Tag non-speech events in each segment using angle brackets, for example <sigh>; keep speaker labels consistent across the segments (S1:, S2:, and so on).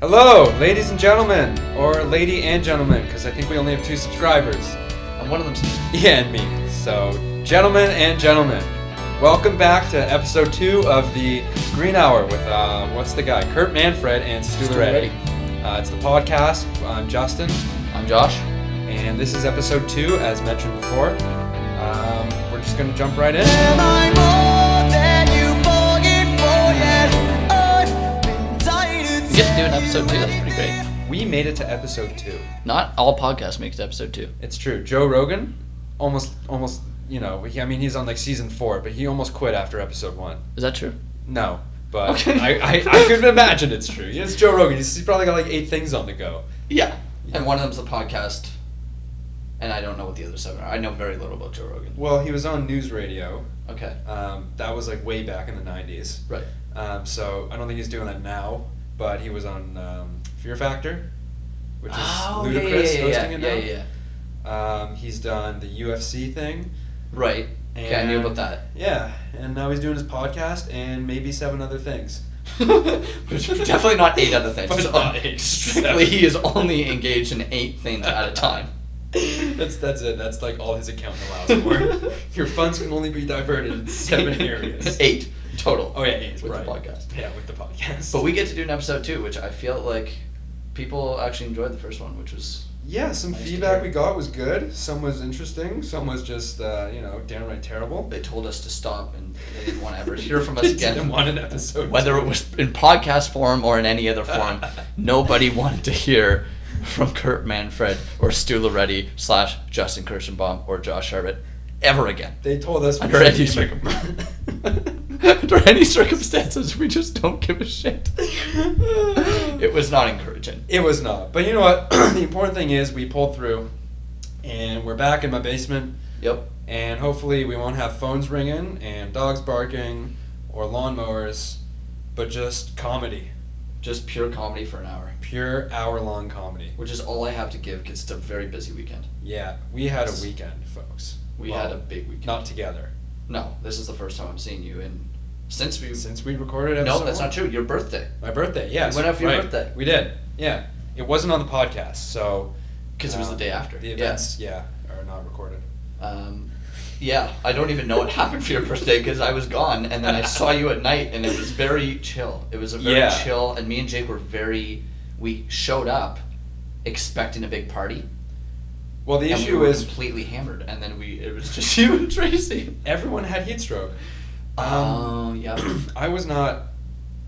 S1: Hello, ladies and gentlemen, or lady and gentlemen, because I think we only have two subscribers. <laughs>
S2: And one of them's
S1: Yeah, and me. So, gentlemen and gentlemen, welcome back to episode two of the Green Hour with uh, what's the guy? Kurt Manfred and Stu
S2: Stu
S1: Loretti. Uh, it's the podcast. I'm Justin,
S2: I'm Josh.
S1: and this is episode two, as mentioned before. Um, we're just gonna jump right in.
S2: We get to do an episode two. That's pretty great.
S1: We made it to episode two.
S2: Not all podcasts make it to episode two.
S1: It's true. Joe Rogan, almost, almost. You know, he, I mean, he's on like season four, but he almost quit after episode one.
S2: Is that true?
S1: No, but
S2: Okay.
S1: I, I, I could imagine it's true. It's Joe Rogan. He's, he's probably got like eight things on the go.
S2: Yeah. And one of them's the podcast, and I don't know what the other seven are. I know very little about Joe Rogan.
S1: Well, he was on news radio.
S2: Okay.
S1: Um, that was like way back in the '90s.
S2: Right.
S1: Um, so I don't think he's doing that now. But he was on um, Fear Factor, which is ludicrous
S2: Oh, yeah, yeah, yeah,
S1: hosting it
S2: yeah,
S1: now.
S2: yeah, yeah.
S1: Um, he's done the UFC thing.
S2: Right.
S1: And,
S2: okay, I knew about that.
S1: Yeah, and now he's doing his podcast and maybe seven other things.
S2: <laughs> Which definitely <laughs> not eight other things.
S1: But
S2: So,
S1: not eight.
S2: Strictly, he is only engaged in eight things at a <laughs> time.
S1: That's that's it. That's like all his account allows
S2: <laughs>
S1: for. Your funds can only be diverted in seven areas.
S2: Eight total.
S1: Oh yeah, eight.
S2: with
S1: right.
S2: the podcast.
S1: Yeah, with the podcast.
S2: But we get to do an episode two, which I feel like people actually enjoyed the first one, which was
S1: yeah, some
S2: Nice to
S1: feedback
S2: hear.
S1: we got was good. Some was interesting. Some was just uh, you know downright terrible.
S2: they told us to stop and they didn't want to ever
S1: <laughs>
S2: hear from us
S1: Didn't
S2: again.
S1: want an episode.
S2: Whether it was in podcast form or in any other
S1: <laughs>
S2: form, nobody wanted to hear from Kurt Manfred or Stu Loretti slash Justin Kirschenbaum or Josh Herbert ever again.
S1: They told us we
S2: Under any,
S1: should
S2: circum-
S1: make
S2: <laughs> under any circumstances, we just don't give a shit.
S1: <laughs>
S2: <laughs> It was not encouraging.
S1: It was not. But you know what? <clears throat> the important thing is we pulled through, and we're back in my basement.
S2: Yep.
S1: And hopefully, we won't have phones ringing and dogs barking or lawnmowers, but just comedy.
S2: Just pure comedy for an hour,
S1: Pure hour long comedy.
S2: which is all I have to give because it's a very busy weekend.
S1: Yeah, we had a
S2: Yes.
S1: weekend, folks.
S2: We
S1: Well,
S2: had a big weekend.
S1: Not together.
S2: No, this is the first time I'm seeing you, and since we
S1: Since we recorded episode
S2: no, that's
S1: one.
S2: not true. Your birthday,
S1: My birthday, yes.
S2: went out for your
S1: right.
S2: birthday.
S1: We did, yeah. It wasn't on the podcast, so.
S2: because it was the
S1: um,
S2: day after.
S1: The events, yeah, are not recorded.
S2: Yeah. Um, yeah, I don't even know what <laughs> happened for your birthday because I was gone, and then I saw you at night, and it was very chill. It was a very
S1: Yeah.
S2: chill, and me and Jake were very. We showed up expecting a big party.
S1: Well, the
S2: and we
S1: issue
S2: were
S1: is
S2: completely hammered, and then we it was just <laughs> you and Tracy.
S1: everyone had heat stroke. Um,
S2: Oh yeah.
S1: <clears throat> I was not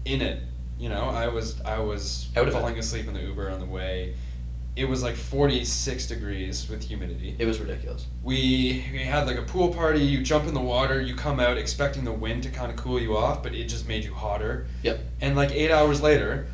S1: in it. You know, I was I was
S2: Out of it.
S1: falling asleep in the Uber on the way. It was like forty six degrees with humidity.
S2: It was ridiculous.
S1: We we had like a pool party. You jump in the water. You come out expecting the wind to kind of cool you off, but it just made you hotter.
S2: Yep.
S1: And like eight hours later,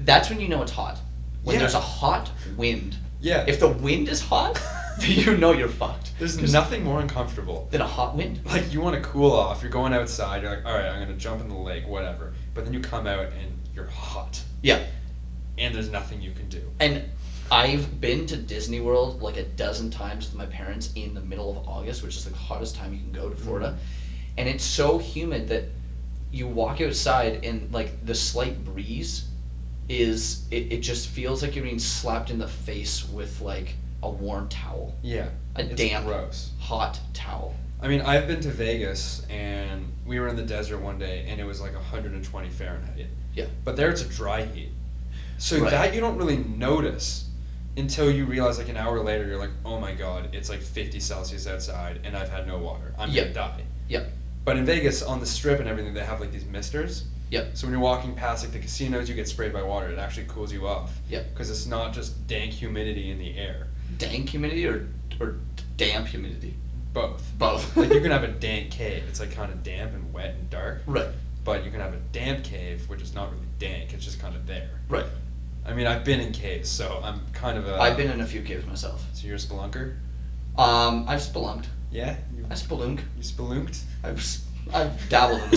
S2: That's when you know it's hot. When
S1: Yeah.
S2: there's a hot wind.
S1: yeah,
S2: If the wind is hot, <laughs> then you know you're fucked.
S1: there's
S2: 'Cause
S1: nothing more uncomfortable.
S2: than a hot wind.
S1: Like you want to cool off. You're going outside. You're like, all right, I'm gonna jump in the lake, whatever. But then you come out and you're hot,
S2: Yeah.
S1: and there's nothing you can do.
S2: And I've been to Disney World like a dozen times with my parents in the middle of August, which is the hottest time you can go to Florida.
S1: Mm-hmm.
S2: And it's so humid that you walk outside and like the slight breeze is it, it just feels like you're being slapped in the face with like a warm towel.
S1: Yeah,
S2: A
S1: it's
S2: damp
S1: gross.
S2: hot towel.
S1: I mean, I've been to Vegas and we were in the desert one day and it was like 120 Fahrenheit.
S2: Yeah.
S1: But there it's a dry heat. So
S2: Right.
S1: that you don't really notice until you realize like an hour later you're like, "Oh my god, it's like 50 Celsius outside and I've had no water. I'm
S2: Yep.
S1: going to die."
S2: Yep.
S1: But in Vegas on the strip and everything they have like these misters.
S2: Yep.
S1: So when you're walking past like the casinos, you get sprayed by water. It actually cools you off.
S2: Yep.
S1: Cuz it's not just dank humidity in the air.
S2: Dank humidity or or damp humidity?
S1: Both.
S2: Both.
S1: like
S2: <laughs>
S1: you can have a dank cave. It's like kind of damp and wet and dark.
S2: Right.
S1: but you can have a damp cave, which is not really dank. It's just kind of there.
S2: Right.
S1: I mean, I've been in caves, so I'm kind of a.
S2: I've been in a few caves myself.
S1: So you're a spelunker.
S2: Um, I've spelunked.
S1: Yeah. You,
S2: I spelunked.
S1: you spelunked.
S2: I've s- I've dabbled in the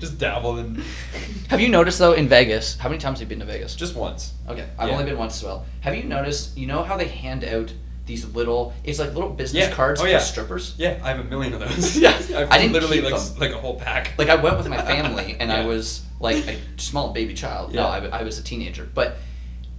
S1: <laughs> just dabbled in.
S2: <laughs> Have you noticed though in Vegas? How many times have you been to Vegas?
S1: Just once.
S2: Okay, I've
S1: Yeah.
S2: only been once as well. Have you noticed? You know how they hand out these little. It's like little business
S1: Yeah.
S2: cards
S1: Oh,
S2: for
S1: yeah.
S2: strippers.
S1: Yeah, I have a million of those.
S2: <laughs>
S1: <laughs>
S2: Yeah.
S1: I've
S2: I didn't
S1: literally
S2: keep
S1: like s- like a whole pack.
S2: like I went with my
S1: <laughs>
S2: family and I
S1: Yeah.
S2: was like a small baby child. No,
S1: Yeah.
S2: I, w- I was a teenager, but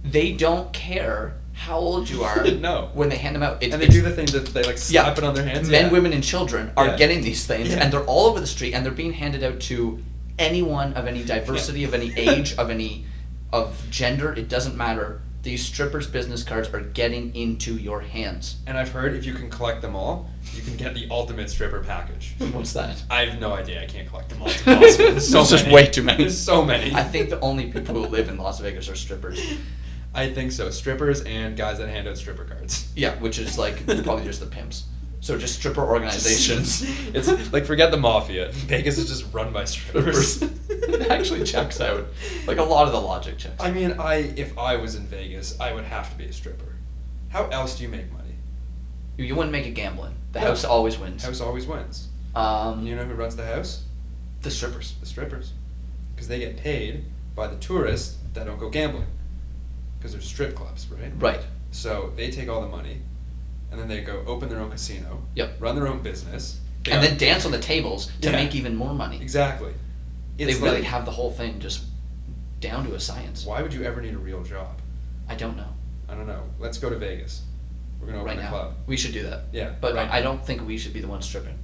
S2: they don't care how old you are.
S1: <laughs> No.
S2: when they hand them out, it's,
S1: and they
S2: it's-
S1: do the thing that they like
S2: Yeah.
S1: slap it on their hands.
S2: men,
S1: yeah.
S2: women, and children are
S1: Yeah.
S2: getting these things,
S1: Yeah.
S2: and they're all over the street, and they're being handed out to anyone of any diversity, of any
S1: <laughs>
S2: age, of any of gender. It doesn't matter. These strippers' business cards are getting into your hands.
S1: And I've heard if you can collect them all, you can get the ultimate stripper
S2: <laughs>
S1: package.
S2: What's that?
S1: I have no idea. I can't collect them all.
S2: <laughs>
S1: It's impossible. <laughs> There's so
S2: It's just
S1: many.
S2: way too many.
S1: There's so many.
S2: I think the only people who live in Las Vegas are strippers.
S1: <laughs> I think so. Strippers and guys that hand out stripper cards.
S2: Yeah, which is like probably just the pimps. So just stripper organizations.
S1: <laughs> it's like forget the mafia. Vegas is just run by strippers.
S2: <laughs> it actually checks out. Like a lot of the logic checks.
S1: I mean, I if I was in Vegas, I would have to be a stripper. How else do you make money?
S2: You- you wouldn't make it gambling. The
S1: No.
S2: house always wins.
S1: House always wins.
S2: Um,
S1: And you know who runs the house?
S2: the strippers.
S1: The strippers, because they get paid by the tourists that don't go gambling, because they're strip clubs, right?
S2: Right.
S1: So they take all the money, and then they go open their own casino.
S2: Yep.
S1: Run their own business. They
S2: And
S1: are-
S2: then dance on the tables to
S1: Yeah.
S2: make even more money.
S1: exactly. It's
S2: they really
S1: like,
S2: have the whole thing just down to a science.
S1: Why would you ever need a real job?
S2: I don't know.
S1: I don't know. Let's go to Vegas. We're gonna open
S2: right
S1: a
S2: now,
S1: club.
S2: we should do that.
S1: Yeah.
S2: But
S1: right.
S2: I don't think we should be the ones stripping.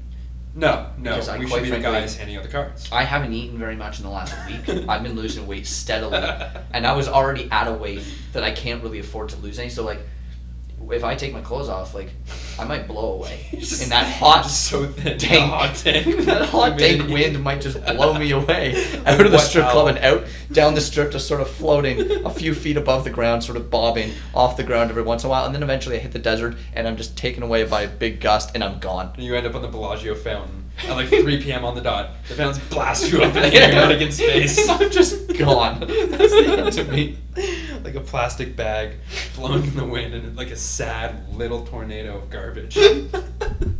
S1: No, no.
S2: Because I
S1: we
S2: quite
S1: should be the
S2: frankly-
S1: guys handing out the cards.
S2: I haven't eaten very much in the last
S1: <laughs>
S2: week. I've been losing weight steadily, and I was already at a weight that I can't really afford to lose any. So like, if I take my clothes off, like, I might blow away.
S1: You're <laughs> just-
S2: and that hot
S1: you're just so thin. The
S2: dank,
S1: hot dank.
S2: <laughs> that hot dank
S1: Humidity.
S2: wind
S1: <laughs>
S2: might just blow me away out of the
S1: Wet
S2: strip club
S1: towel.
S2: and out down the strip, just sort of floating
S1: <laughs>
S2: a few feet above the ground, sort of bobbing off the ground every once in a while, and then eventually I hit the desert and I'm just taken away by a big gust and I'm gone.
S1: And you end up on the Bellagio fountain at
S2: <laughs>
S1: like 3 p.m. on the dot. The fountains blast you up and you're out against space.
S2: <laughs> I'm just
S1: <laughs>
S2: gone. <laughs> That's the end to me.
S1: Like a plastic bag blown in the wind and like a sad little tornado of garbage.
S2: <laughs>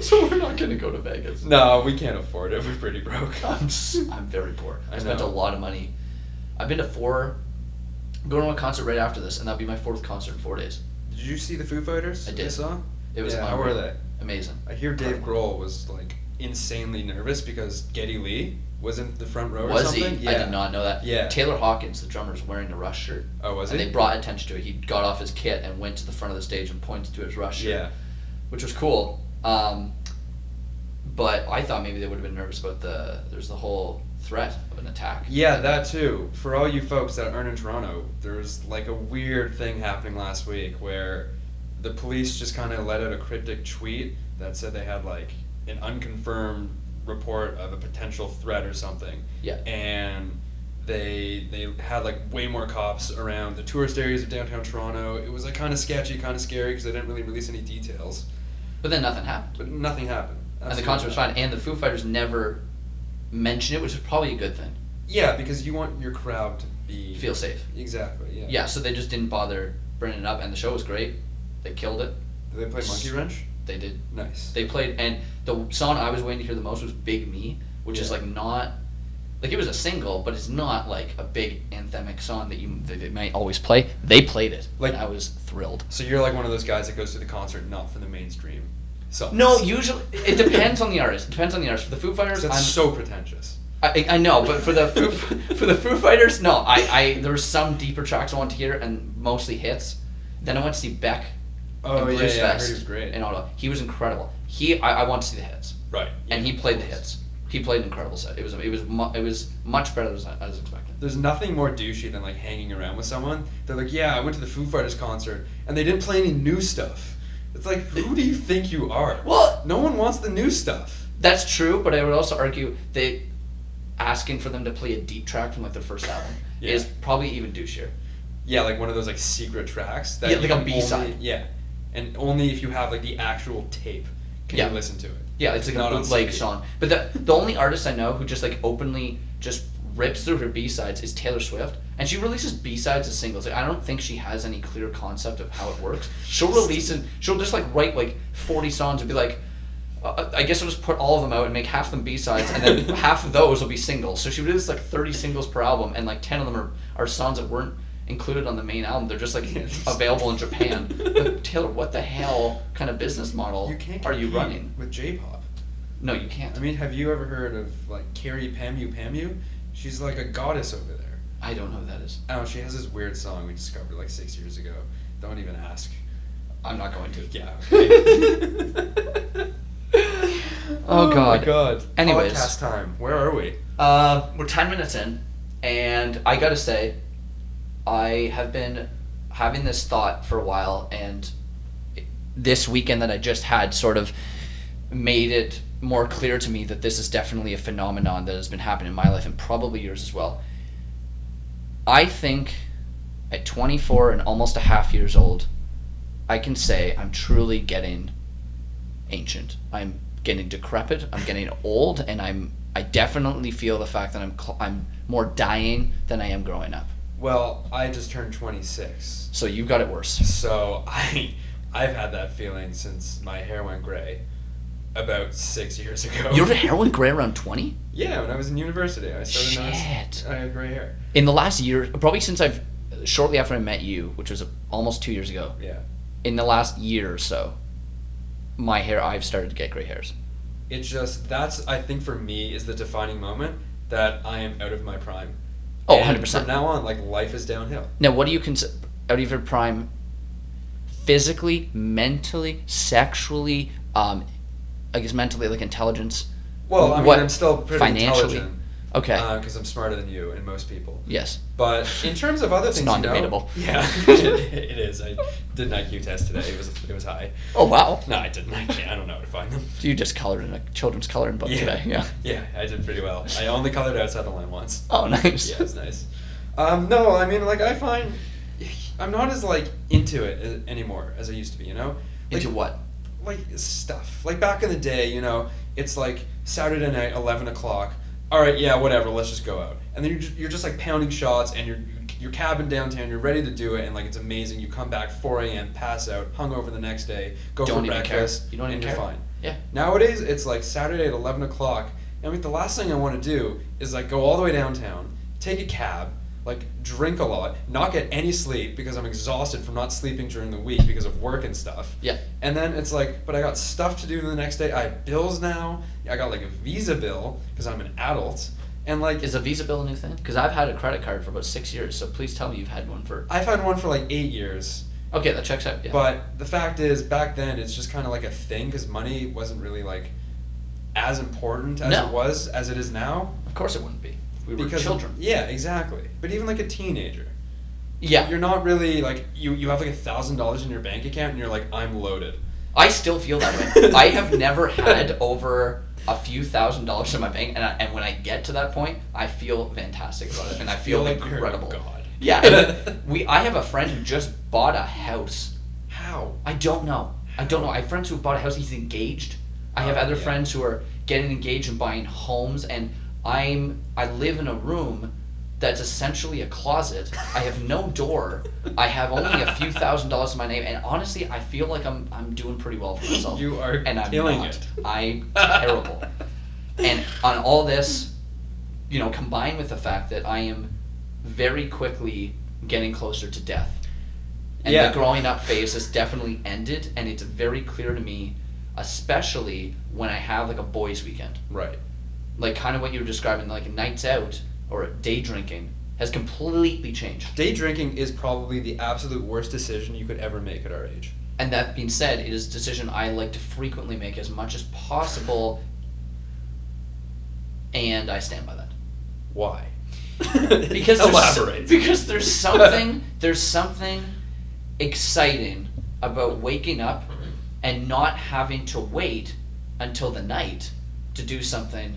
S2: so we're not gonna go to Vegas.
S1: no, we can't afford it. We're pretty broke.
S2: I'm s- I'm very poor. I,
S1: I
S2: spent
S1: know.
S2: a lot of money. I've been to four. I'm going to a concert right after this, and that'll be my fourth concert in four days.
S1: Did you see the Foo Fighters?
S2: I did.
S1: This song?
S2: It was
S1: yeah, how were
S2: unreal.
S1: they?
S2: Amazing.
S1: I hear Dave Grohl was like insanely nervous because Geddy Lee was in the front row or
S2: Was he?
S1: something. Yeah.
S2: I did not know that.
S1: Yeah.
S2: Taylor Hawkins, the drummer, is wearing the Rush shirt.
S1: Oh, was
S2: and
S1: he?
S2: they brought attention to it. He got off his kit and went to the front of the stage and pointed to his Rush shirt,
S1: yeah.
S2: which was cool. Um, but I thought maybe they would have been nervous about the there's the whole threat of an attack.
S1: Yeah, that too. For all you folks that aren't in Toronto, there's like a weird thing happening last week where the police just kind of let out a cryptic tweet that said they had like an unconfirmed report of a potential threat or something.
S2: Yeah.
S1: And they they had like way more cops around the tourist areas of downtown Toronto. It was like kind of sketchy, kind of scary because they didn't really release any details,
S2: But then nothing happened.
S1: but nothing happened.
S2: and
S1: That's
S2: the concert was fine. And the Foo Fighters never mentioned it, which is probably a good thing.
S1: Yeah, because you want your crowd to be
S2: Feel safe.
S1: exactly. Yeah.
S2: Yeah, so they just didn't bother bringing it up, and the show was great. They killed it.
S1: Do they play Monkey Wrench?
S2: They did.
S1: Nice.
S2: They played, and the song I was waiting to hear the most was "Big Me," which is
S1: Yeah.
S2: like not like it was a single, but it's not like a big anthemic song that you that they might always play. They played it,
S1: Like-
S2: and I was thrilled.
S1: So you're like one of those guys that goes to the concert not for the mainstream. So
S2: No, usually it depends on the artist. It depends on the artist. For the Foo Fighters,
S1: that's
S2: I'm
S1: so pretentious.
S2: I, I know, but for the Foo, <laughs> for the Foo Fighters, no, I, I there were some deeper tracks I wanted to hear and mostly hits. Then I went to see Beck
S1: Oh,
S2: in
S1: yeah,
S2: Blues
S1: yeah, I heard
S2: Fest
S1: he was great.
S2: in Ottawa. He was incredible. He I, I want to see the hits,
S1: Right.
S2: and he played the hits. He played an incredible set. It was it was mu- it was much better than I was expecting.
S1: There's nothing more douchey than like hanging around with someone. They're like, yeah, I went to the Foo Fighters concert and they didn't play any new stuff. It's like, who do you think you are?
S2: Well-
S1: no one wants the new stuff.
S2: That's true, but I would also argue that asking for them to play a deep track from like their first album
S1: Yeah.
S2: is probably even douchier.
S1: Yeah, like one of those like secret tracks that
S2: Yeah,
S1: you
S2: like a
S1: can
S2: B-side.
S1: only- Yeah, and only if you have like the actual tape can
S2: Yeah.
S1: you listen to it.
S2: Yeah, it's like
S1: Not
S2: a
S1: on
S2: bootleg
S1: CD.
S2: song. But the the only artist I know who just like openly just rips through her B sides is Taylor Swift, and she releases B sides as singles. Like, I don't think she has any clear concept of how it works. She'll release and she'll just like write like forty songs and be like. Uh, I guess I'll just put all of them out and make half of them B sides, and
S1: <laughs>
S2: then half of those will be singles. So she released like thirty singles per album, and like ten of them are, are songs that weren't included on the main album. They're
S1: <laughs>
S2: just like available in Japan. But Taylor, what the hell kind of business model
S1: You can't
S2: are you
S1: compete
S2: running?
S1: with J-pop?
S2: No, you can't.
S1: I mean, have you ever heard of like Carrie Pamu Pamu? She's like a goddess over there.
S2: I don't know who that is.
S1: Oh, she has this weird song we discovered like six years ago. Don't even ask.
S2: I'm not going to.
S1: <laughs> Yeah.
S2: Oh, God.
S1: My God.
S2: Anyways.
S1: Podcast time. Where are we?
S2: Uh, we're 10 minutes in, and I gotta say, I have been having this thought for a while, and this weekend that I just had sort of made it more clear to me that this is definitely a phenomenon that has been happening in my life and probably yours as well. I think at 24 and almost a half years old, I can say I'm truly getting ancient. I'm getting decrepit. I'm getting old, and I'm I definitely feel the fact that I'm cl- I'm more dying than I am growing up.
S1: Well, I just turned 26,
S2: So you got it worse.
S1: so <laughs> I I've had that feeling since my hair went gray, about six years ago.
S2: Your hair went gray around twenty.
S1: <laughs> Yeah, when I was in university, I started
S2: Shit.
S1: noticing I had gray hair.
S2: In the last year, probably since I've shortly after I met you, which was almost two years ago.
S1: Yeah.
S2: In the last year or so, my hair I've started to get gray hairs.
S1: It just that's I think for me is the defining moment that I am out of my prime.
S2: Oh,
S1: And
S2: 100%.
S1: From now on, like life is downhill.
S2: Now, what do you consider out of your prime? Physically, mentally, sexually, um, I guess mentally, like intelligence.
S1: Well, I mean,
S2: What-
S1: I'm still pretty
S2: financially?
S1: intelligent
S2: Okay.
S1: because I'm smarter than you and most people.
S2: yes.
S1: But in terms of other
S2: It's
S1: things,
S2: non-debatable.
S1: You know,
S2: <laughs>
S1: yeah, <laughs> it is. I did an IQ test today. It was it was high.
S2: Oh wow.
S1: No, I didn't. I can't. I don't know how to find them.
S2: You just colored in a children's coloring book
S1: Yeah.
S2: today. Yeah.
S1: Yeah, I did pretty well. I only colored outside the line once.
S2: Oh, <laughs> nice.
S1: yeah, it's nice. Um, no, I mean, like I find I'm not as like into it a- anymore as I used to be. You know, like,
S2: Into what?
S1: Like stuff. Like back in the day, you know, it's like Saturday night, eleven o'clock. All right, yeah, whatever. Let's just go out. And then you're just, you're just like pounding shots, and you're you're cabin downtown. You're ready to do it, and like it's amazing. You come back four a.m., pass out, hungover the next day, go
S2: Don't
S1: for
S2: even care.
S1: breakfast,
S2: You don't
S1: and
S2: even
S1: you're
S2: care.
S1: fine.
S2: Yeah.
S1: Nowadays, it's like Saturday at 11 o'clock. and I mean, the last thing I want to do is like go all the way downtown, take a cab, like drink a lot, not get any sleep because I'm exhausted from not sleeping during the week because of work and stuff.
S2: Yeah.
S1: And then it's like, but I got stuff to do the next day. I have bills now. I got like a visa bill because I'm an adult. And like,
S2: Is a Visa bill a new thing? Because I've had a credit card for about six years, so please tell me you've had one for.
S1: I've had one for like eight years.
S2: Okay, that checks out. Yeah.
S1: But the fact is, back then, it's just kind of like a thing because money wasn't really like as important as
S2: No.
S1: it was as it is now.
S2: of course it wouldn't be. We were
S1: because
S2: children.
S1: yeah, exactly. But even like a teenager,
S2: yeah.
S1: you're not really like you. You have like a thousand dollars in your bank account, and you're like, I'm loaded.
S2: I still feel that
S1: <laughs>
S2: way. I have never had over a few thousand dollars in my bank, and I, and when I get to that point, I feel fantastic
S1: <laughs>
S2: about it, and I feel
S1: you're "Oh,
S2: incredible.
S1: God.
S2: Yeah.
S1: <laughs>
S2: and we. I have a friend who just bought a house.
S1: How?
S2: I don't know. I don't know. I have friends who bought a house. He's engaged. I have
S1: Oh,
S2: other
S1: yeah.
S2: friends who are getting engaged and buying homes. And I'm I live in a room that's essentially a closet. I have no door. I have only a
S1: <laughs>
S2: few thousand dollars in my name. And honestly, I feel like I'm I'm doing pretty well for myself.
S1: You are
S2: and I'm
S1: killing
S2: not.
S1: it.
S2: I'm
S1: <laughs>
S2: terrible. and on all this, you know, combined with the fact that I am very quickly getting closer to death. And
S1: Yeah.
S2: the growing up phase has definitely ended, and it's very clear to me, especially when I have like a boys' weekend.
S1: Right.
S2: Like, kind of what you were describing, like nights out or day drinking has completely changed.
S1: Day drinking is probably the absolute worst decision you could ever make at our age.
S2: And that being said, it is a decision I like to frequently make as much as possible, and I stand by that. <laughs>
S1: Why?
S2: because
S1: elaborate.
S2: There's,
S1: <laughs>
S2: because there's something there's something exciting about waking up and not having to wait until the night to do something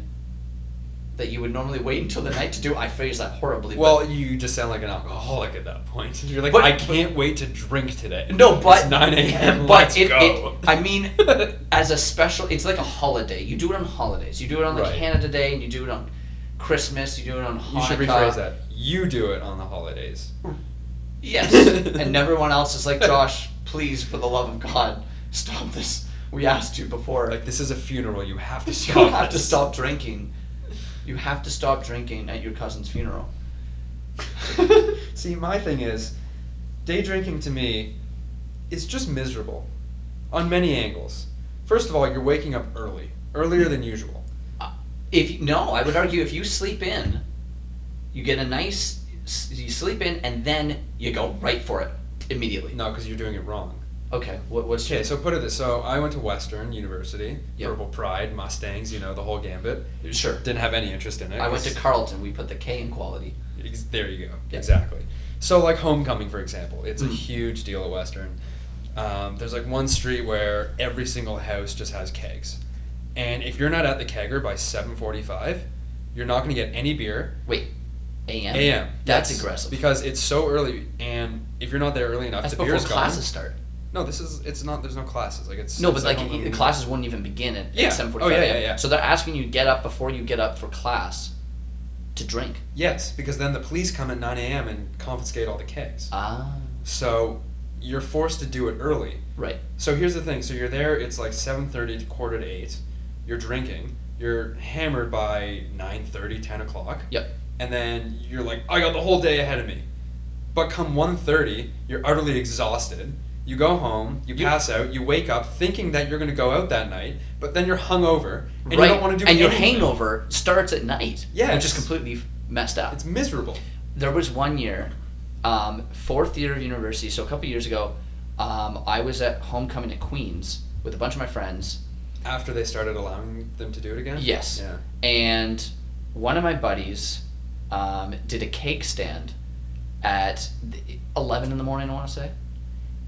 S2: that you would normally wait until the night to do. I phrase that horribly. but-
S1: well, you just sound like an alcoholic at that point. <laughs> You're like,
S2: But-
S1: I can't wait to drink today.
S2: No, but
S1: it's nine a.m.
S2: But
S1: let's
S2: it,
S1: go.
S2: it, I
S1: <laughs>
S2: mean, as a special, it's like a holiday. You do it on holidays. You do it on like
S1: Right.
S2: Canada Day, and you do it on Christmas. You do it on Hanukkah.
S1: you should rephrase that. You do it on the holidays. <laughs>
S2: Yes. and everyone else is like, Josh, please, for the love of God, stop this. We asked you before.
S1: Like this is a funeral. <laughs> You have to
S2: you
S1: stop.
S2: have to
S1: this. <laughs>
S2: stop drinking. You have to stop drinking at your cousin's funeral.
S1: see, my thing is, day drinking to me is just miserable on many angles. First of all, you're waking up early, earlier than usual.
S2: If you- no, I would argue if you sleep in, you get a nice s- you sleep in and then you go right for it immediately.
S1: No, because you're doing it wrong.
S2: Okay, what, what's
S1: Okay, so put it this. So I went to Western University,
S2: Yep.
S1: Purple Pride, Mustangs, you know, the whole gambit.
S2: sure.
S1: Didn't have any interest in it.
S2: I went
S1: 'cause-
S2: to Carlton. We put the K in quality.
S1: Ex- there you go.
S2: Yeah.
S1: Exactly. So like homecoming, for example, it's
S2: Mm.
S1: a huge deal at Western. Um, there's like one street where every single house just has kegs, and if you're not at the kegger by seven forty-five, you're not going to get any beer.
S2: Wait, a.m.
S1: A.M.
S2: That's
S1: Yes,
S2: aggressive.
S1: because it's so early, and if you're not there early enough,
S2: that's
S1: the
S2: before
S1: beer's gone.
S2: classes start.
S1: No, this is it's not. There's no classes. Like it's
S2: No,
S1: it's
S2: but like e,
S1: homecoming.
S2: the classes wouldn't even begin at
S1: Yeah.
S2: seven
S1: Oh,
S2: forty-five.
S1: yeah, yeah, yeah.
S2: So they're asking you to get up before you get up for class to drink.
S1: Yes, because then the police come at nine a.m. and confiscate all the kegs.
S2: Ah,
S1: So you're forced to do it early.
S2: right.
S1: So here's the thing. So you're there. It's like seven thirty to quarter to eight. You're drinking. You're hammered by 9.30, 10 o'clock.
S2: Yep.
S1: And then you're like, I got the whole day ahead of me. But come 1.30, you're utterly exhausted. You go home. You
S2: You-
S1: pass out. You wake up thinking that you're going to go out that night, but then you're hungover and
S2: right.
S1: you don't want to do
S2: and your
S1: anything.
S2: hangover starts at night. Which
S1: Yes.
S2: is completely f- messed up.
S1: It's miserable.
S2: there was one year, um, fourth year of university, so a couple years ago, um, I was at homecoming at Queens with a bunch of my friends,
S1: After they started allowing them to do it again.
S2: Yes.
S1: Yeah.
S2: and one of my buddies um, did a cake stand at the- 11 in the morning, I want to say.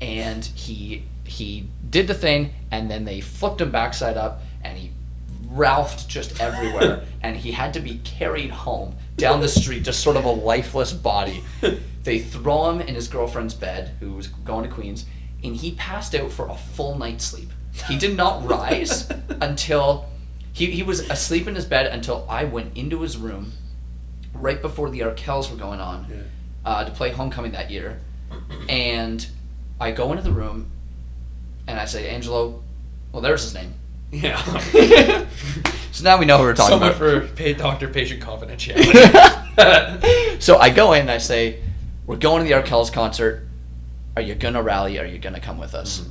S2: And he he did the thing, and then they flipped him backside up, and he ralphed just everywhere, and he had to be carried home down the street, just sort of a lifeless body. They throw him in his girlfriend's bed, who was going to Queens, and he passed out for a full night's sleep. He did not rise until he, he was asleep in his bed until I went into his room right before the Arkells were going on
S1: Yeah.
S2: uh, to play homecoming that year, and I go into the room, and I say, Angelo, well, there's his name.
S1: Yeah.
S2: So now we know who <laughs> we're talking
S1: so much
S2: about.
S1: for pa- doctor-patient
S2: <laughs>
S1: <laughs> confidentiality.
S2: so I go in and I say, we're going to the Arkells concert. Are you gonna rally? Are you gonna come with us?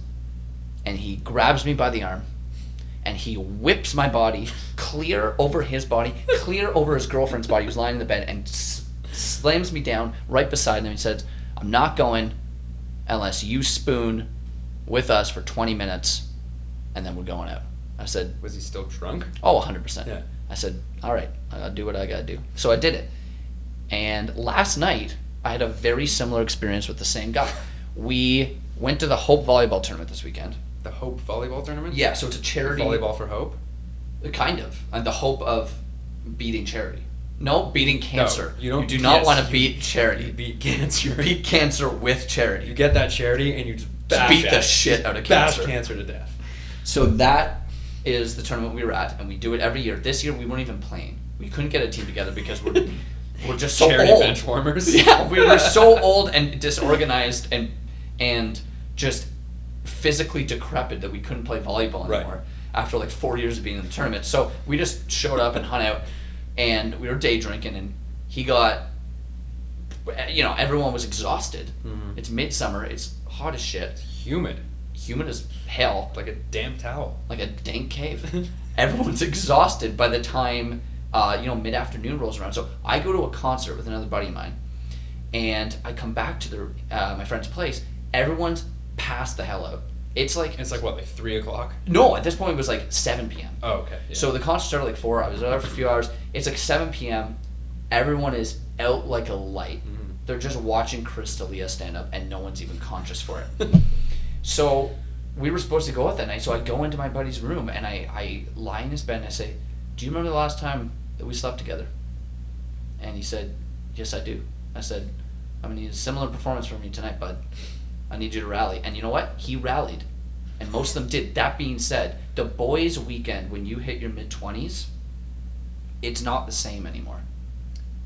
S2: And he grabs me by the arm, and he whips my body clear over his body, clear over his girlfriend's body, who's lying in the bed, and s- slams me down right beside him. He says, "I'm not going unless you spoon with us for 20 minutes, and then we're going out." I said,
S1: Was he still drunk?
S2: Oh, 100%.
S1: Yeah.
S2: I said, all right, I gotta do what I gotta do. So I did it. And last night, I had a very similar experience with the same guy. We went to the Hope Volleyball Tournament this weekend.
S1: The Hope volleyball tournament?
S2: Yeah, so it's a charity.
S1: Mm-hmm. Volleyball for Hope?
S2: Kind of. And the hope of beating charity. No, beating cancer.
S1: you don't-
S2: do not
S1: yes,
S2: want
S1: you-
S2: to beat charity.
S1: You beat cancer. <laughs>
S2: You <laughs> beat cancer with charity.
S1: You get that charity and you just bash
S2: beat
S1: at
S2: the
S1: it.
S2: shit
S1: Just
S2: out of
S1: bash
S2: cancer.
S1: cancer to death.
S2: So that is the tournament we were at, and we do it every year. This year we weren't even playing. We couldn't get a team together because <laughs> we're we're just so
S1: charity
S2: old.
S1: bench warmers.
S2: <laughs> Yeah, we were so old and disorganized and and just physically decrepit that we couldn't play volleyball
S1: Right.
S2: anymore after like four years of being in the tournament. So we just showed up and hung out, and we were day drinking, and he got, you know, everyone was exhausted.
S1: Mhm.
S2: It's midsummer. It's hot as shit.
S1: humid,
S2: Humid as hell
S1: like a damp towel.
S2: like a dank cave. Everyone's exhausted by the time uh, you know mid afternoon rolls around. So I go to a concert with another buddy of mine, and I come back to the uh, my friend's place. Everyone's passed the hell out. It's like
S1: It's like what, like three o'clock?
S2: no. At this point, it was like seven p.m.
S1: Oh, okay. yeah.
S2: So the concert started like four. I was there for a few hours. It's like seven p.m. Everyone is out like a light.
S1: Mhm.
S2: They're just watching Chris D'Elia stand up, and no one's even conscious for it. So we were supposed to go out that night. So I go into my buddy's room and I, I lie in his bed and I say, Do you remember the last time that we slept together? And he said, Yes, I do. I said, I'm going to need a similar performance from you tonight, bud. I need you to rally. And you know what? He rallied. And most of them did. That being said, the boys' weekend, when you hit your mid 20s, it's not the same anymore.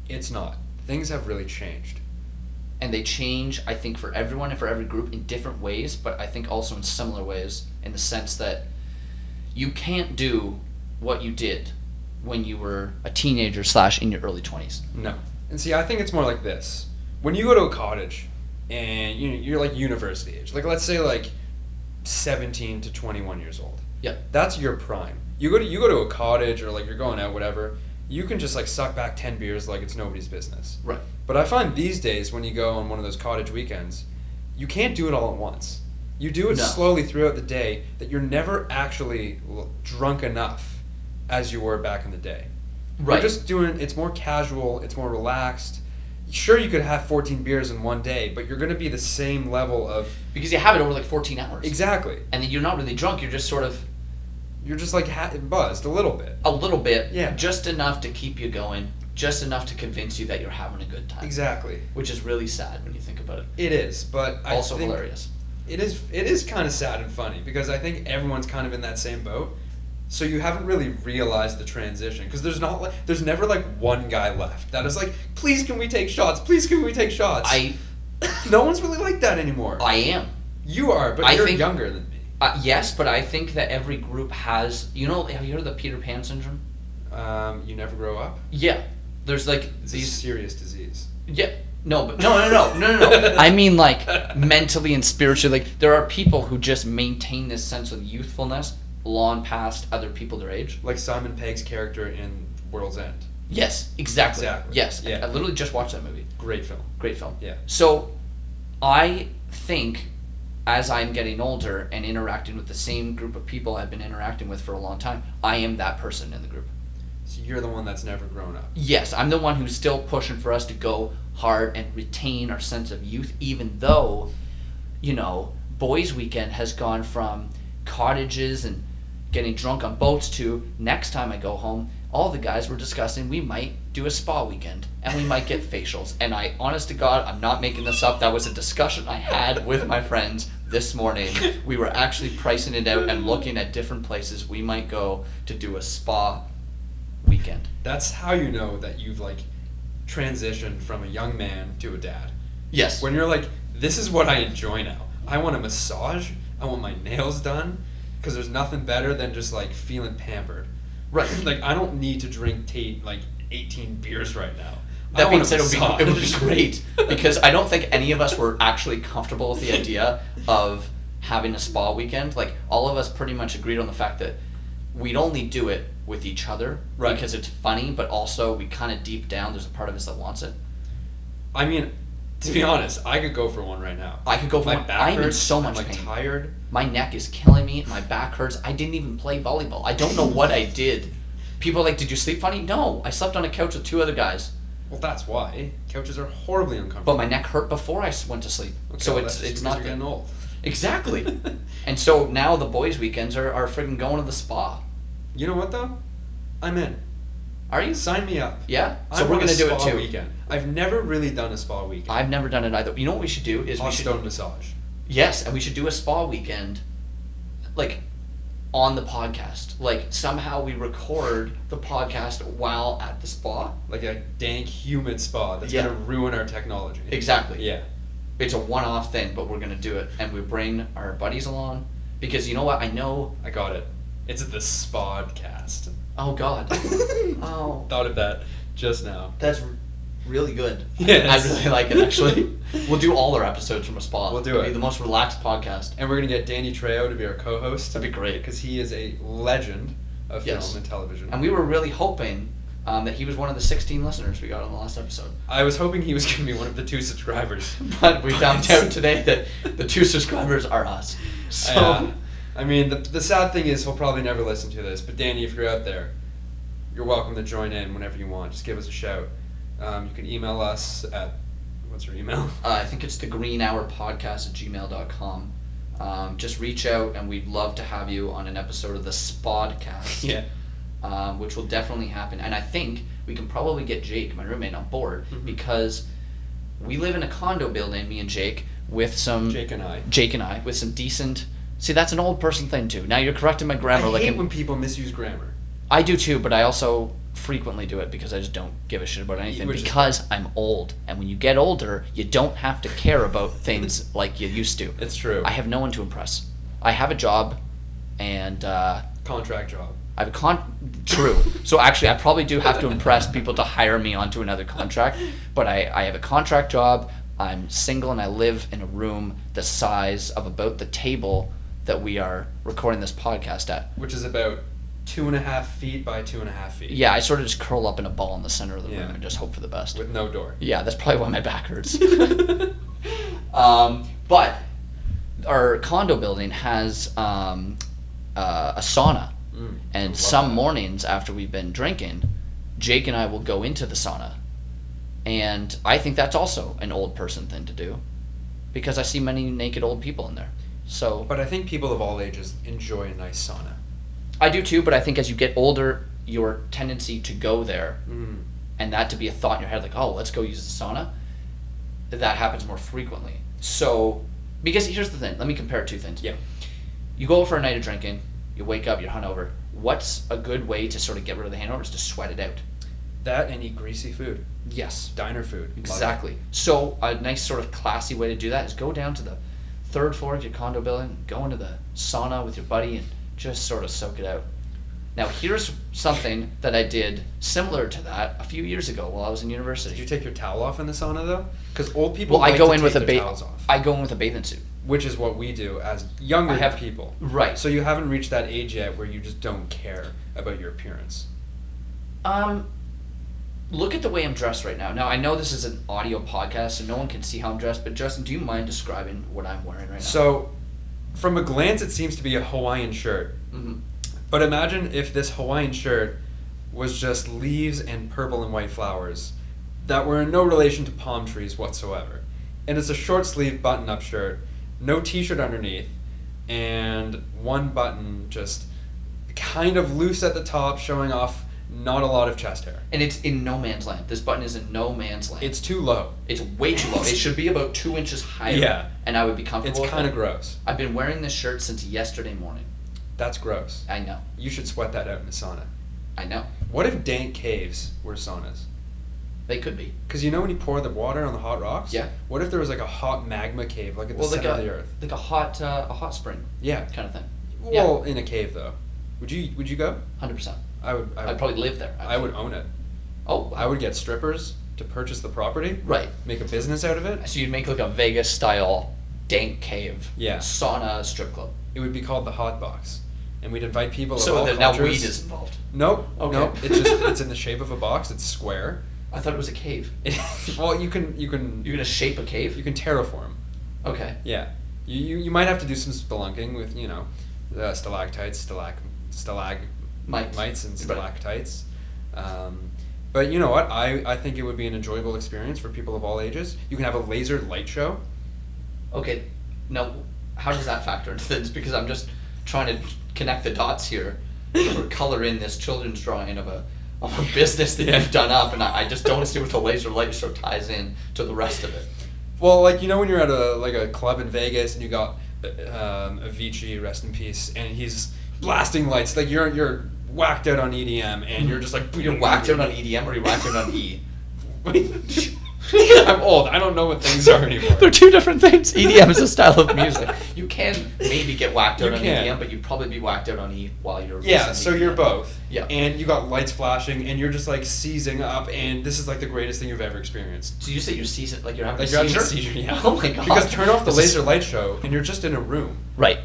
S1: it's not. Things have really changed.
S2: and they change i think for everyone and for every group in different ways but i think also in similar ways in the sense that you can't do what you did when you were a teenager slash in your early 20s
S1: No. And see, I think it's more like this. when you go to a cottage and you you're like university age, like let's say like seventeen to twenty one years old.
S2: Yeah.
S1: That's your prime. You go to you go to a cottage or like you're going out, whatever, you can just like suck back ten beers like it's nobody's business.
S2: Right.
S1: But I find these days when you go on one of those cottage weekends, you can't do it all at once. You do it
S2: No.
S1: slowly throughout the day that you're never actually l- drunk enough as you were back in the day.
S2: Right.
S1: You're just doing it's more casual, it's more relaxed. Sure, you could have 14 beers in one day, but you're going to be the same level of
S2: because you have it over like 14 hours.
S1: exactly.
S2: And then you're not really drunk, you're just sort of
S1: You're just like ha- buzzed a little bit.
S2: a little bit,
S1: Yeah.
S2: just enough to keep you going, just enough to convince you that you're having a good time.
S1: Exactly.
S2: Which is really sad when you think about it.
S1: It is, but I
S2: also
S1: think
S2: hilarious.
S1: it is it is kind of sad and funny because I think everyone's kind of in that same boat. So you haven't really realized the transition because there's not like there's never like one guy left that is like, please can we take shots? Please can we take shots?
S2: I
S1: <laughs> no one's really like that anymore.
S2: I am.
S1: you are, but
S2: I
S1: you're
S2: think-
S1: younger than me.
S2: Uh, yes, but I think that every group has. You know, have you heard of the Peter Pan syndrome?
S1: Um, you never grow up.
S2: Yeah. There's like
S1: It's a
S2: these.
S1: serious disease.
S2: Yeah. No, but no, no, no, no, no,
S1: <laughs>
S2: no. I mean, like mentally and spiritually. Like there are people who just maintain this sense of youthfulness long past other people their age.
S1: Like Simon Pegg's character in World's End.
S2: Yes, exactly.
S1: Exactly.
S2: Yes, I-
S1: Yeah.
S2: I literally just watched that movie.
S1: Great film.
S2: Great film.
S1: Yeah.
S2: So I think as I'm getting older and interacting with the same group of people I've been interacting with for a long time, I am that person in the group.
S1: So you're the one that's never grown up.
S2: Yes, I'm the one who's still pushing for us to go hard and retain our sense of youth, even though, you know, Boys Weekend has gone from cottages and getting drunk on boats to next time I go home, all the guys were discussing we might do a spa weekend and we might get facials. And I, honest to God, I'm not making this up. That was a discussion I had with my friends this morning. We were actually pricing it out and looking at different places we might go to do a spa weekend.
S1: That's how you know that you've like transitioned from a young man to a dad.
S2: Yes.
S1: When you're like, this is what I enjoy now. I want a massage. I want my nails done. Because there's nothing better than just like feeling pampered.
S2: Right.
S1: <clears throat> like I don't need to drink tea, like 18 beers right now. I
S2: That
S1: want
S2: being
S1: a
S2: said, it would,
S1: massage.
S2: be, it would be great because I don't think any of us were actually comfortable with the idea of having a spa weekend. Like all of us pretty much agreed on the fact that we'd only do it with each other
S1: Right.
S2: because it's funny, but also we kind of deep down there's a part of us that wants it.
S1: I mean, to be honest, I could go for one right now.
S2: I could go for
S1: my
S2: one.
S1: back
S2: I'm in
S1: hurts,
S2: so much
S1: I'm, like
S2: pain.
S1: tired.
S2: My neck is killing me. My back hurts. I didn't even play volleyball. I don't know what I did. People are like, did you sleep funny? No, I slept on a couch with two other guys,
S1: Well, that's why couches are horribly
S2: but
S1: uncomfortable.
S2: my neck hurt before I s- went to sleep.
S1: Okay,
S2: so
S1: well,
S2: it's
S1: that's
S2: it's
S1: just
S2: not
S1: because
S2: the-
S1: you're getting old. <laughs>
S2: Exactly. and so now the boys' weekends are, are friggin' going to the spa.
S1: You know what though? I'm in.
S2: Are you?
S1: Sign me up.
S2: Yeah. So
S1: I
S2: we're
S1: want a
S2: gonna do it
S1: spa
S2: too.
S1: Weekend. I've never really done a spa weekend.
S2: I've never done it either. You know what we should do is we
S1: Hot
S2: should
S1: stone massage.
S2: yes, and we should do a spa weekend, like on the podcast. Like somehow we record the podcast while at the spa.
S1: Like a dank, humid spa that's
S2: Yeah.
S1: gonna ruin our technology.
S2: Exactly.
S1: Yeah.
S2: It's a one-off thing, but we're gonna do it, and we bring our buddies along because you know what? I know.
S1: I got it. It's the
S2: <laughs>
S1: spodcast.
S2: Oh God.
S1: <laughs>
S2: oh,
S1: Thought of that just now.
S2: that's r-
S1: <laughs>
S2: really good.
S1: Yes.
S2: I really like it
S1: <laughs>
S2: actually. we'll do all our episodes from a spa.
S1: We'll do
S2: It'll
S1: it.
S2: Be the most relaxed podcast.
S1: And we're gonna get Danny Trejo to be our co-host.
S2: That'd be great.
S1: because he is a legend of
S2: Yes.
S1: film and television.
S2: And we were really hoping um, that he was one of the 16 listeners we got on the last episode. <laughs>
S1: I was hoping he was gonna be one of the two subscribers,
S2: But we found out today that the two subscribers are us. So, <laughs>
S1: Yeah. <laughs> I mean, the, the sad thing is he'll probably never listen to this. But Danny, if you're out there, you're welcome to join in whenever you want. Just give us a shout. Um, you can email us at what's your
S2: <laughs>
S1: email?
S2: uh, I think it's the green hour podcast at gmail.com. Um, just reach out, and we'd love to have you on an episode of
S1: <laughs>
S2: the Spodcast, um, which will definitely happen. And I think we can probably get Jake, my roommate, on board
S1: Mhm.
S2: because we live in a condo building, me and Jake, with some
S1: Jake and I.
S2: Jake and I with some decent. See, that's an old person thing too. Now you're correcting my grammar.
S1: I
S2: like
S1: hate
S2: in-
S1: when people misuse grammar.
S2: I do too, but I also frequently do it because I just don't give a shit about anything
S1: Which is-
S2: because I'm old. And when you get older, you don't have to care about <laughs> things like you used to.
S1: It's true.
S2: I have no one to impress. I have a job, and uh,
S1: Contract job.
S2: I've con true. So actually, I probably do have to impress people to hire me onto another contract. But I, I have a contract job. I'm single and I live in a room the size of about the table that we are recording this podcast at.
S1: which is about two and a half feet by two and a half feet.
S2: Yeah, I sort of just curl up in a ball in the center of the
S1: Yeah.
S2: room and just hope for the best.
S1: With no door.
S2: Yeah, that's probably why my back hurts. um, but our condo building has um, uh, a sauna,
S1: Mm, I
S2: and
S1: love
S2: some
S1: that.
S2: mornings after we've been drinking, Jake and I will go into the sauna, and I think that's also an old person thing to do, because I see many naked old people in there. So
S1: But I think people of all ages enjoy a nice sauna.
S2: I do too, but I think as you get older, your tendency to go there
S1: Mm.
S2: and that to be a thought in your head, like, oh, let's go use the sauna, that happens more frequently. So, because here's the thing, let me compare two things.
S1: Yeah.
S2: You go out for a night of drinking, you wake up, you're hungover. What's a good way to sort of get rid of the hangover is to sweat it out.
S1: That and eat greasy food,
S2: Yes.
S1: diner food. Love it.
S2: Exactly. So, a nice sort of classy way to do that is go down to the third floor of your condo building, go into the sauna with your buddy, and just sort of soak it out. Now, here's something that I did similar to that a few years ago while I was in university.
S1: Did you take your towel off in the sauna though? Because old people.
S2: Well, I
S1: like
S2: go
S1: to
S2: in
S1: take
S2: with a
S1: their
S2: ba-
S1: towels off,
S2: I go in with a bathing suit.
S1: which is what we do as younger
S2: I have-
S1: people.
S2: Right.
S1: So you haven't reached that age yet where you just don't care about your appearance.
S2: Um, look at the way I'm dressed right now. Now I know this is an audio podcast, so no one can see how I'm dressed. But Justin, do you mind describing what I'm wearing right now?
S1: So, from a glance, it seems to be a Hawaiian shirt.
S2: Mhm.
S1: But imagine if this Hawaiian shirt was just leaves and purple and white flowers that were in no relation to palm trees whatsoever. And it's a short sleeve button up shirt, no t shirt underneath, and one button just kind of loose at the top, showing off not a lot of chest hair.
S2: and it's in no man's land. This button is in no man's land.
S1: It's too low.
S2: it's way too low. It should be about two inches higher.
S1: Yeah.
S2: And I would be
S1: It's
S2: comfortable. with
S1: kind
S2: it.
S1: of gross.
S2: I've been wearing this shirt since yesterday morning.
S1: That's gross.
S2: I know.
S1: You should sweat that out in a sauna.
S2: I know.
S1: What if dank caves were saunas?
S2: They could be.
S1: Because you know when you pour the water on the hot rocks?
S2: Yeah.
S1: What if there was like a hot magma cave, like at the
S2: Well, like
S1: center
S2: a-
S1: of the earth?
S2: Like a hot, uh, a hot spring
S1: Yeah.
S2: kind of thing. Yeah.
S1: Well, in a cave though. Would you Would you go?
S2: Hundred percent.
S1: I would. I,
S2: I'd
S1: would-
S2: probably live there. Actually.
S1: I would own it.
S2: Oh.
S1: I would get strippers to purchase the property,
S2: Right.
S1: make a business out of it.
S2: So you'd make like a Vegas style dank cave.
S1: Yeah.
S2: Sauna strip club.
S1: It would be called the Hot Box, and we'd invite people. of
S2: so
S1: all
S2: that now
S1: cultures.
S2: weed is involved.
S1: Nope.
S2: Okay.
S1: Nope. It's just it's
S2: <laughs>
S1: in the shape of a box. It's square. <laughs>
S2: I thought it was a cave.
S1: well, you can you can
S2: You're gonna shape a cave?
S1: you can terraform.
S2: Okay.
S1: Yeah. You, you, you might have to do some spelunking with, you know, uh, stalactites, stalac, stalag,
S2: Mites.
S1: mites and
S2: Right.
S1: stalactites. Um, but you know what? I, I think it would be an enjoyable experience for people of all ages. You can have a laser light show.
S2: Okay. Now, how does that factor into things? Because I'm just trying to connect the dots here, or color in this children's drawing of a of a business that
S1: Yeah.
S2: you've done up, and I, I just don't see what the laser light show ties in to the rest of it.
S1: Well, like you know when you're at a like a club in Vegas and you got uh, um, Avicii, rest in peace, and he's blasting lights. Like you're you're whacked out on EDM and you're just like <laughs>
S2: You're whacked out on EDM or you whacked out on E.
S1: <laughs> I'm old. I don't know what things are anymore.
S2: <laughs> They're two different things. EDM E is a style of music. You can maybe get whacked out
S1: You
S2: on
S1: can.
S2: EDM, but you'd probably be whacked out on E while you're.
S1: Yeah,
S2: listening
S1: so
S2: to E
S1: you're
S2: EDM.
S1: both.
S2: Yeah.
S1: And you got lights flashing, and you're just like seizing up, and this is like the greatest thing you've ever experienced.
S2: So you say you're seizing, like you're having
S1: Like
S2: a
S1: you're having
S2: seizure?
S1: a seizure, yeah.
S2: <laughs> Oh my god.
S1: Because turn off the
S2: This is-
S1: laser light show, and you're just in a room.
S2: Right,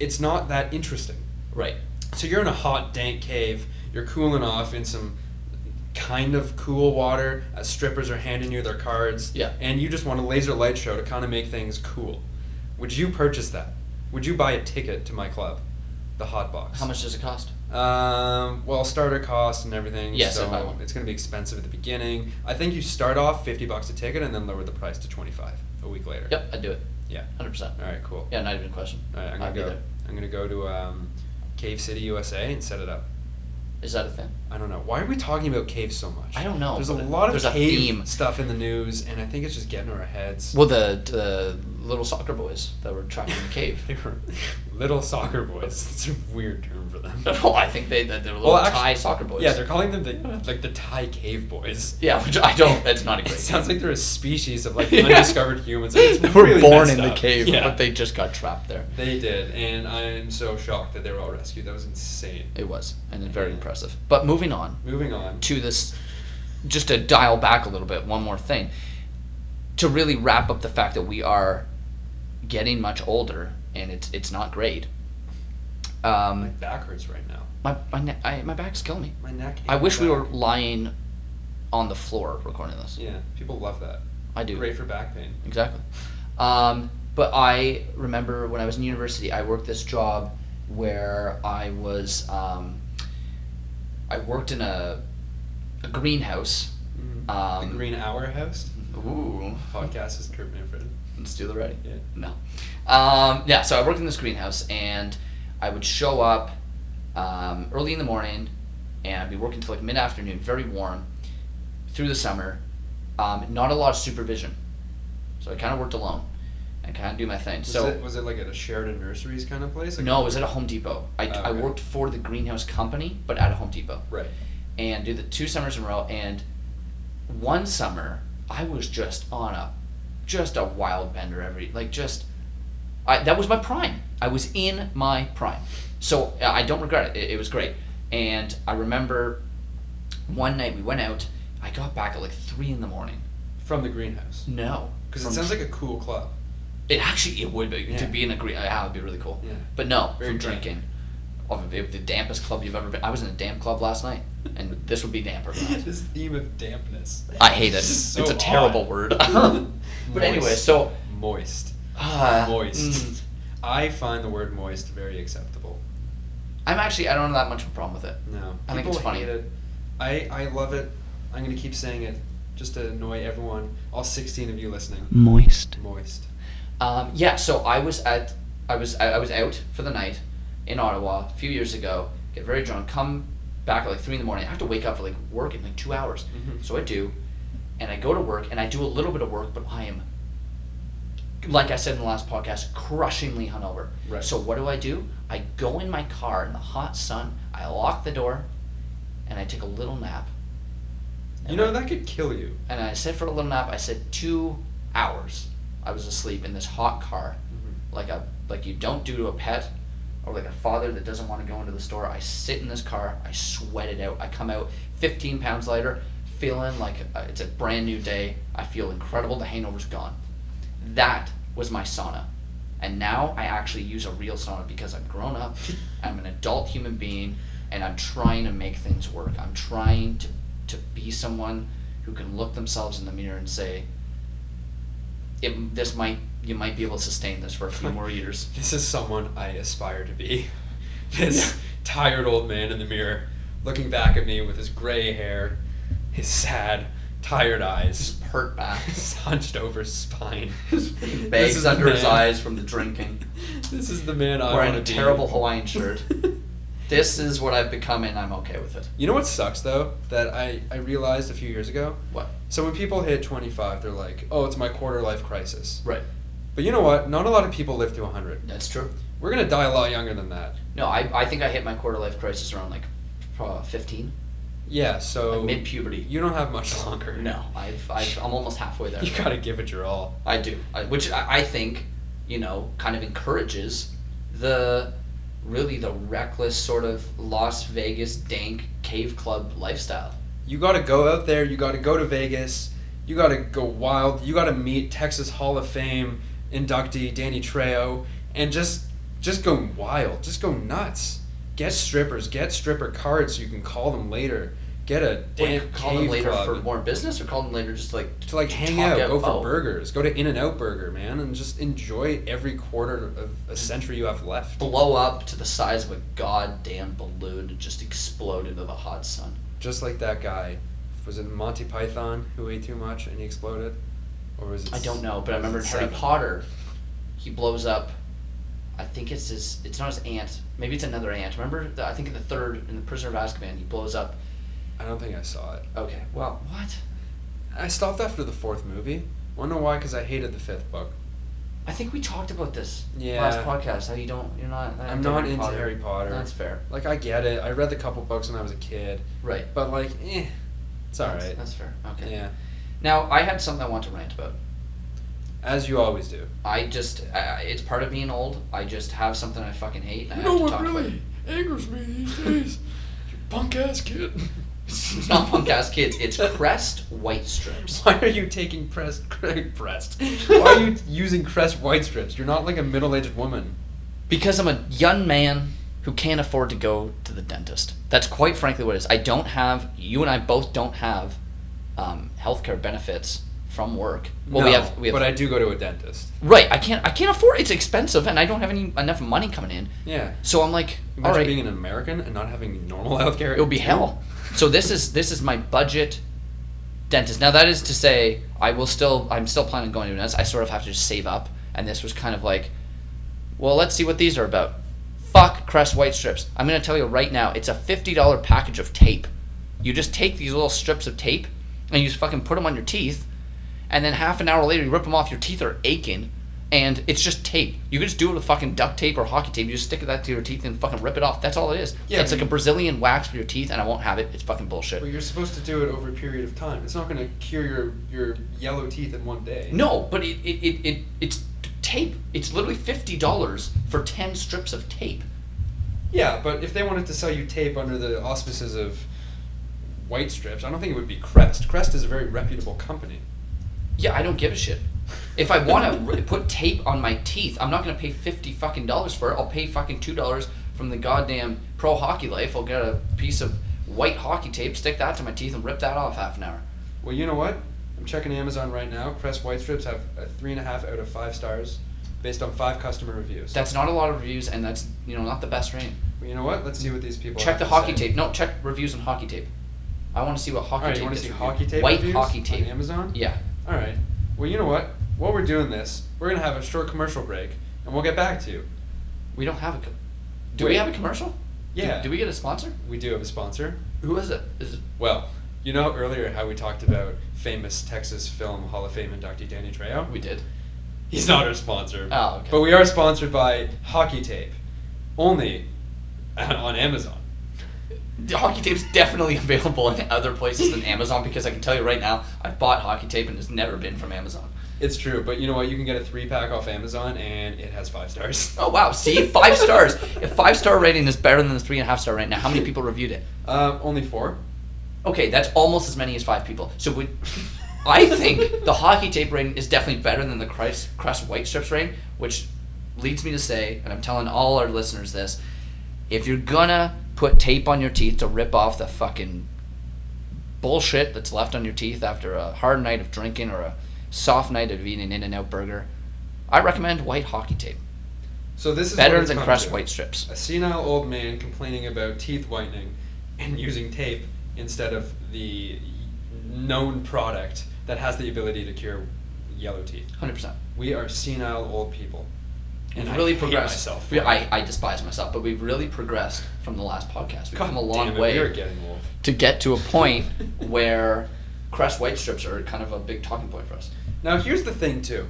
S1: It's not that interesting.
S2: right.
S1: So you're in a hot, dank cave. You're cooling off in some kind of cool water. As strippers are handing you their cards.
S2: Yeah.
S1: And you just want a laser light show to kind of make things cool. Would you purchase that? Would you buy a ticket to my club, the Hot Box?
S2: How much does it cost?
S1: Um, well, starter costs and everything.
S2: Yes, I buy
S1: so
S2: one.
S1: it's going to be expensive at the beginning. I think you start off fifty bucks a ticket and then lower the price to twenty five a week later.
S2: Yep, I'd do it.
S1: Yeah.
S2: 100%.
S1: All right. Cool.
S2: Yeah, not even a question.
S1: All right. I'm
S2: I'd
S1: gonna
S2: be
S1: go.
S2: there.
S1: I'm gonna go to um, Cave City, USA, and set it up.
S2: Is that a thing?
S1: I don't know. Why are we talking about caves so much?
S2: I don't know,
S1: There's a
S2: but
S1: lot of
S2: there's a
S1: cave
S2: theme.
S1: stuff in the news, and I think it's just getting in our heads.
S2: Well, the, the little soccer boys that were trapped in the cave.
S1: <laughs>
S2: <laughs>
S1: They were little soccer boys. It's a weird term for
S2: <laughs>
S1: them.
S2: well, I think they that they were little
S1: Well, actu-
S2: Thai soccer boys. <laughs>
S1: Yeah, they're <laughs> calling them the like the Thai cave boys.
S2: yeah, which I don't.
S1: <laughs>
S2: That's not a
S1: It
S2: great.
S1: sounds like they're a species of like
S2: <laughs> Yeah.
S1: undiscovered humans. It's
S2: they were
S1: really
S2: born
S1: messed
S2: in the
S1: up.
S2: cave,
S1: Yeah.
S2: but they just got trapped there.
S1: They did, and I'm so shocked that they were all rescued. That was insane.
S2: It was, and then very impressive. But moving on
S1: Moving on.
S2: to this, just to dial back a little bit, one more thing, to really wrap up the fact that we are getting much older, and it's it's not great.
S1: My
S2: Um,
S1: back hurts right now.
S2: my my ne- I, my back's killing me.
S1: My neck.
S2: I
S1: and
S2: wish we
S1: back.
S2: were lying on the floor recording this.
S1: Yeah, people love that.
S2: I do.
S1: Great for back pain.
S2: Exactly. Um, but I remember when I was in university, I worked this job where I was, um, I worked in a, a greenhouse.
S1: Mm-hmm.
S2: Um,
S1: the Green Hour host
S2: Ooh.
S1: podcast is Kurt Manfred.
S2: Let's do the ready.
S1: Yeah.
S2: No. Um, yeah, so I worked in this greenhouse and I would show up um, early in the morning and I'd be working till like mid afternoon, very warm, through the summer. Um, not a lot of supervision. So I kind of worked alone and kind of do my thing.
S1: Was
S2: so
S1: it, was it like at a Sheridan Nurseries kind of place? Like-
S2: No, it was at a Home Depot. I,
S1: Oh,
S2: I
S1: okay.
S2: worked for the greenhouse company, but at a Home Depot,
S1: Right.
S2: and did the two summers in a row. And one summer, I was just on a, just a wild bender every like just, I that was my prime. I was in my prime, so uh, I don't regret it. It, it was great. And I remember, one night we went out. I got back at like three in the morning.
S1: From the greenhouse.
S2: No,
S1: Because
S2: From-
S1: it sounds like a cool club. <laughs>
S2: it actually it would be
S1: Yeah.
S2: to be in a green. Yeah, it would be really cool.
S1: Yeah.
S2: But no,
S1: Very
S2: from
S1: damp.
S2: drinking. Of the the dampest club you've ever been. I was in a damp club last night, and this would
S1: <laughs>
S2: be damper.
S1: this theme of dampness.
S2: I hate it.
S1: This is so
S2: it's a terrible
S1: odd. <laughs>
S2: word. <laughs> but
S1: Moist.
S2: anyway, so
S1: moist,
S2: uh,
S1: moist.
S2: mm,
S1: <laughs> I find the word moist very acceptable.
S2: I'm actually I don't have that much of a problem with it.
S1: No,
S2: I think it's
S1: People
S2: funny.
S1: hate it. I I love it. I'm gonna keep saying it just to annoy everyone. All 16 of you listening.
S2: Moist.
S1: Moist.
S2: Um, yeah, so I was at I was I, I was out for the night in Ottawa a few years ago. Get very drunk. Come back at like three in the morning. I have to wake up for like work in like two hours.
S1: Mhm.
S2: So I do, and I go to work, and I do a little bit of work, but I am, like I said in the last podcast, crushingly hungover.
S1: Right.
S2: So what do I do? I go in my car in the hot sun. I lock the door, and I take a little nap.
S1: You
S2: And
S1: know
S2: I-
S1: that could kill you.
S2: and I said for a little nap. I said two hours. I was asleep in this hot car, like a like you don't do to a pet, or like a father that doesn't want to go into the store. I sit in this car. I sweat it out. I come out 15 pounds lighter, feeling like uh, it's a brand new day. I feel incredible. The hangover's gone. That was my sauna, and now I actually use a real sauna because I'm grown up. I'm an adult human being, and I'm trying to make things work. I'm trying to to be someone who can look themselves in the mirror and say, it, this might you might be able to sustain this for a few more years. <laughs>
S1: This is someone I aspire to be. This tired old man in the mirror, looking back at me with his gray hair, his sad, tired eyes,
S2: Just
S1: <laughs>
S2: hurt back.
S1: his hunched over
S2: <laughs>
S1: spine. This is
S2: Bags
S1: the
S2: under his
S1: man-
S2: eyes from
S1: <laughs>
S2: the drinking.
S1: This is the man I
S2: Wearing
S1: wanna
S2: a
S1: be.
S2: terrible
S1: <laughs>
S2: Hawaiian shirt. This is what I've become, and I'm okay with it.
S1: you know what sucks though? That I, I realized a few years ago?
S2: What?
S1: So when people hit 25, they're like, oh, it's my quarter life crisis.
S2: Right.
S1: But you know what? Not a lot of people live to 100.
S2: That's true.
S1: We're going to die a lot younger than that.
S2: No, I, I think I hit my quarter life crisis around like uh, 15,
S1: Yeah, so
S2: like mid puberty.
S1: you don't have much <laughs> longer.
S2: No, I've, I've I'm almost halfway there.
S1: <laughs> You got to give it your all.
S2: I do, I, which I, I think, you know, kind of encourages the really the reckless sort of Las Vegas dank cave club lifestyle.
S1: You got to go out there. You got to go to Vegas. You got to go wild. You got to meet Texas Hall of Fame inductee Danny Trejo and just just go wild. Just go nuts. Get strippers. Get stripper cards so you can call them later. Get a
S2: Wait,
S1: damn
S2: call them
S1: cave
S2: later
S1: club.
S2: for more business, or call them later just like
S1: to like hang
S2: talk
S1: out,
S2: out-
S1: go for
S2: oh.
S1: burgers, go to In and Out Burger, man, and just enjoy every quarter of a century you have left.
S2: blow up to the size of a goddamn balloon and just explode into the hot sun.
S1: Just like that guy, was it Monty Python who ate too much and he exploded, or was it?
S2: I don't know, but I
S1: was it
S2: remember in Harry
S1: seven?
S2: Potter. He blows up. I think it's his. It's not his aunt. Maybe it's another aunt. Remember, the, I think in the third in the Prisoner of Azkaban, he blows up.
S1: I don't think I saw it.
S2: Okay, well, what?
S1: I stopped after the fourth movie. Wanna know why? Because I hated the fifth book.
S2: I think we talked about this
S1: Yeah.
S2: last podcast. How you don't, you're not. uh,
S1: I'm not
S2: Harry
S1: into
S2: Potter.
S1: Harry Potter.
S2: That's fair.
S1: Like I get it. I read the couple books when I was a kid,
S2: Right.
S1: but like, eh, it's all
S2: That's-
S1: right.
S2: That's fair. Okay.
S1: Yeah,
S2: Now I had something I want to rant about.
S1: as you always do.
S2: I just, I, it's part of being old. I just have something I fucking hate. And I have to talk About it.
S1: angers me these days? you punk ass kid.
S2: It's not punk ass kids.
S1: <laughs>
S2: It's Crest White Strips.
S1: Why are you taking Crest? <laughs> Crest. Why are you using Crest white strips? You're not like a middle-aged woman.
S2: Because I'm a young man who can't afford to go to the dentist. That's quite frankly what it is. I don't have, you and I both don't have um, healthcare benefits from work. Well, we
S1: No,
S2: have, we have,
S1: but I do go to a dentist.
S2: right. I can't, I can't afford, it's expensive and I don't have any, enough money coming in.
S1: Yeah.
S2: So I'm like, all
S1: Imagine
S2: right,
S1: being an American and not having normal healthcare.
S2: it would be hell. So this is, this is my budget dentist. Now that is to say, I will still, I'm still planning on going to a dentist. I sort of have to just save up. And this was kind of like, well, let's see what these are about. Fuck Crest White Strips. I'm going to tell you right now, it's a $50 package of tape. You just take these little strips of tape and you just fucking put them on your teeth. And then half an hour later, you rip them off. Your teeth are aching. And it's just tape. You can just do it with fucking duct tape or hockey tape. You just stick that to your teeth and fucking rip it off. That's all it is.
S1: Yeah,
S2: it's
S1: but
S2: like a
S1: you-
S2: Brazilian wax for your teeth, and I won't have it. It's fucking bullshit.
S1: But you're supposed to do it over a period of time. It's not going to cure your, your yellow teeth in one day.
S2: No, but it, it, it, it it's tape. It's literally fifty dollars for ten strips of tape.
S1: Yeah, but if they wanted to sell you tape under the auspices of white strips, I don't think it would be Crest. Crest is a very reputable company.
S2: Yeah, I don't give a shit. If I
S1: <laughs>
S2: want to put tape on my teeth, I'm not gonna pay fifty fucking dollars for it. I'll pay fucking two dollars from the goddamn pro hockey life. I'll get a piece of white hockey tape, stick that to my teeth, and rip that off half an hour.
S1: Well, you know what? I'm checking Amazon right now. Crest white strips have a three and a half out of five stars, based on five customer reviews.
S2: That's not a lot of reviews, and that's you know not the best rating.
S1: Well, you know what? Let's see what these people.
S2: Check
S1: have
S2: the
S1: to
S2: hockey
S1: say.
S2: tape. No, check reviews on hockey tape. I want to see what hockey
S1: All right,
S2: tape.
S1: you want
S2: is
S1: to see
S2: reviewed.
S1: hockey tape?
S2: White
S1: reviews
S2: hockey tape.
S1: on Amazon.
S2: Yeah.
S1: All right. Well, you know what? While we're doing this, we're gonna have a short commercial break, and we'll get back to you.
S2: We don't have a. Com- do we
S1: Wait.
S2: have a commercial? Do-
S1: Yeah.
S2: Do, we get a sponsor?
S1: We do have a sponsor.
S2: Who is it? Is it
S1: Well, you know earlier how we talked about famous Texas Film Hall of Fame inductee Danny Trejo?
S2: we did.
S1: He's not our sponsor.
S2: Oh, okay.
S1: But we are sponsored by Hockey Tape, only <laughs> on Amazon.
S2: The hockey tape's definitely <laughs> available in other places than Amazon because I can tell you right now, I've bought hockey tape and it's never been from Amazon.
S1: It's true, but you know what? You can get a three pack off Amazon, and it has five stars. <laughs>
S2: Oh wow! See, five stars. A five star rating is better than the three and a half star right now. How many people reviewed it?
S1: Um, only four.
S2: Okay, that's almost as many as five people. So would I think the hockey tape rating is definitely better than the Christ, Crest White Strips rating, which leads me to say, and I'm telling all our listeners this: if you're gonna put tape on your teeth to rip off the fucking bullshit that's left on your teeth after a hard night of drinking or a soft night of eating an In-N-Out burger, I recommend white hockey tape.
S1: So this is what
S2: Better
S1: it's
S2: than
S1: come
S2: Crest
S1: to.
S2: White Strips.
S1: A senile old man complaining about teeth whitening and using tape instead of the known product that has the ability to cure yellow teeth.
S2: Hundred percent.
S1: We are senile old people.
S2: We've
S1: I
S2: really
S1: hate
S2: progressed.
S1: myself.
S2: We- I, I despise myself, but we've really progressed from the last podcast. We've
S1: God
S2: come a
S1: damn
S2: long
S1: it,
S2: way.
S1: We are getting old.
S2: to
S1: <laughs>
S2: get to a point where Crest white strips are kind of a big talking point for us.
S1: Now here's the thing too.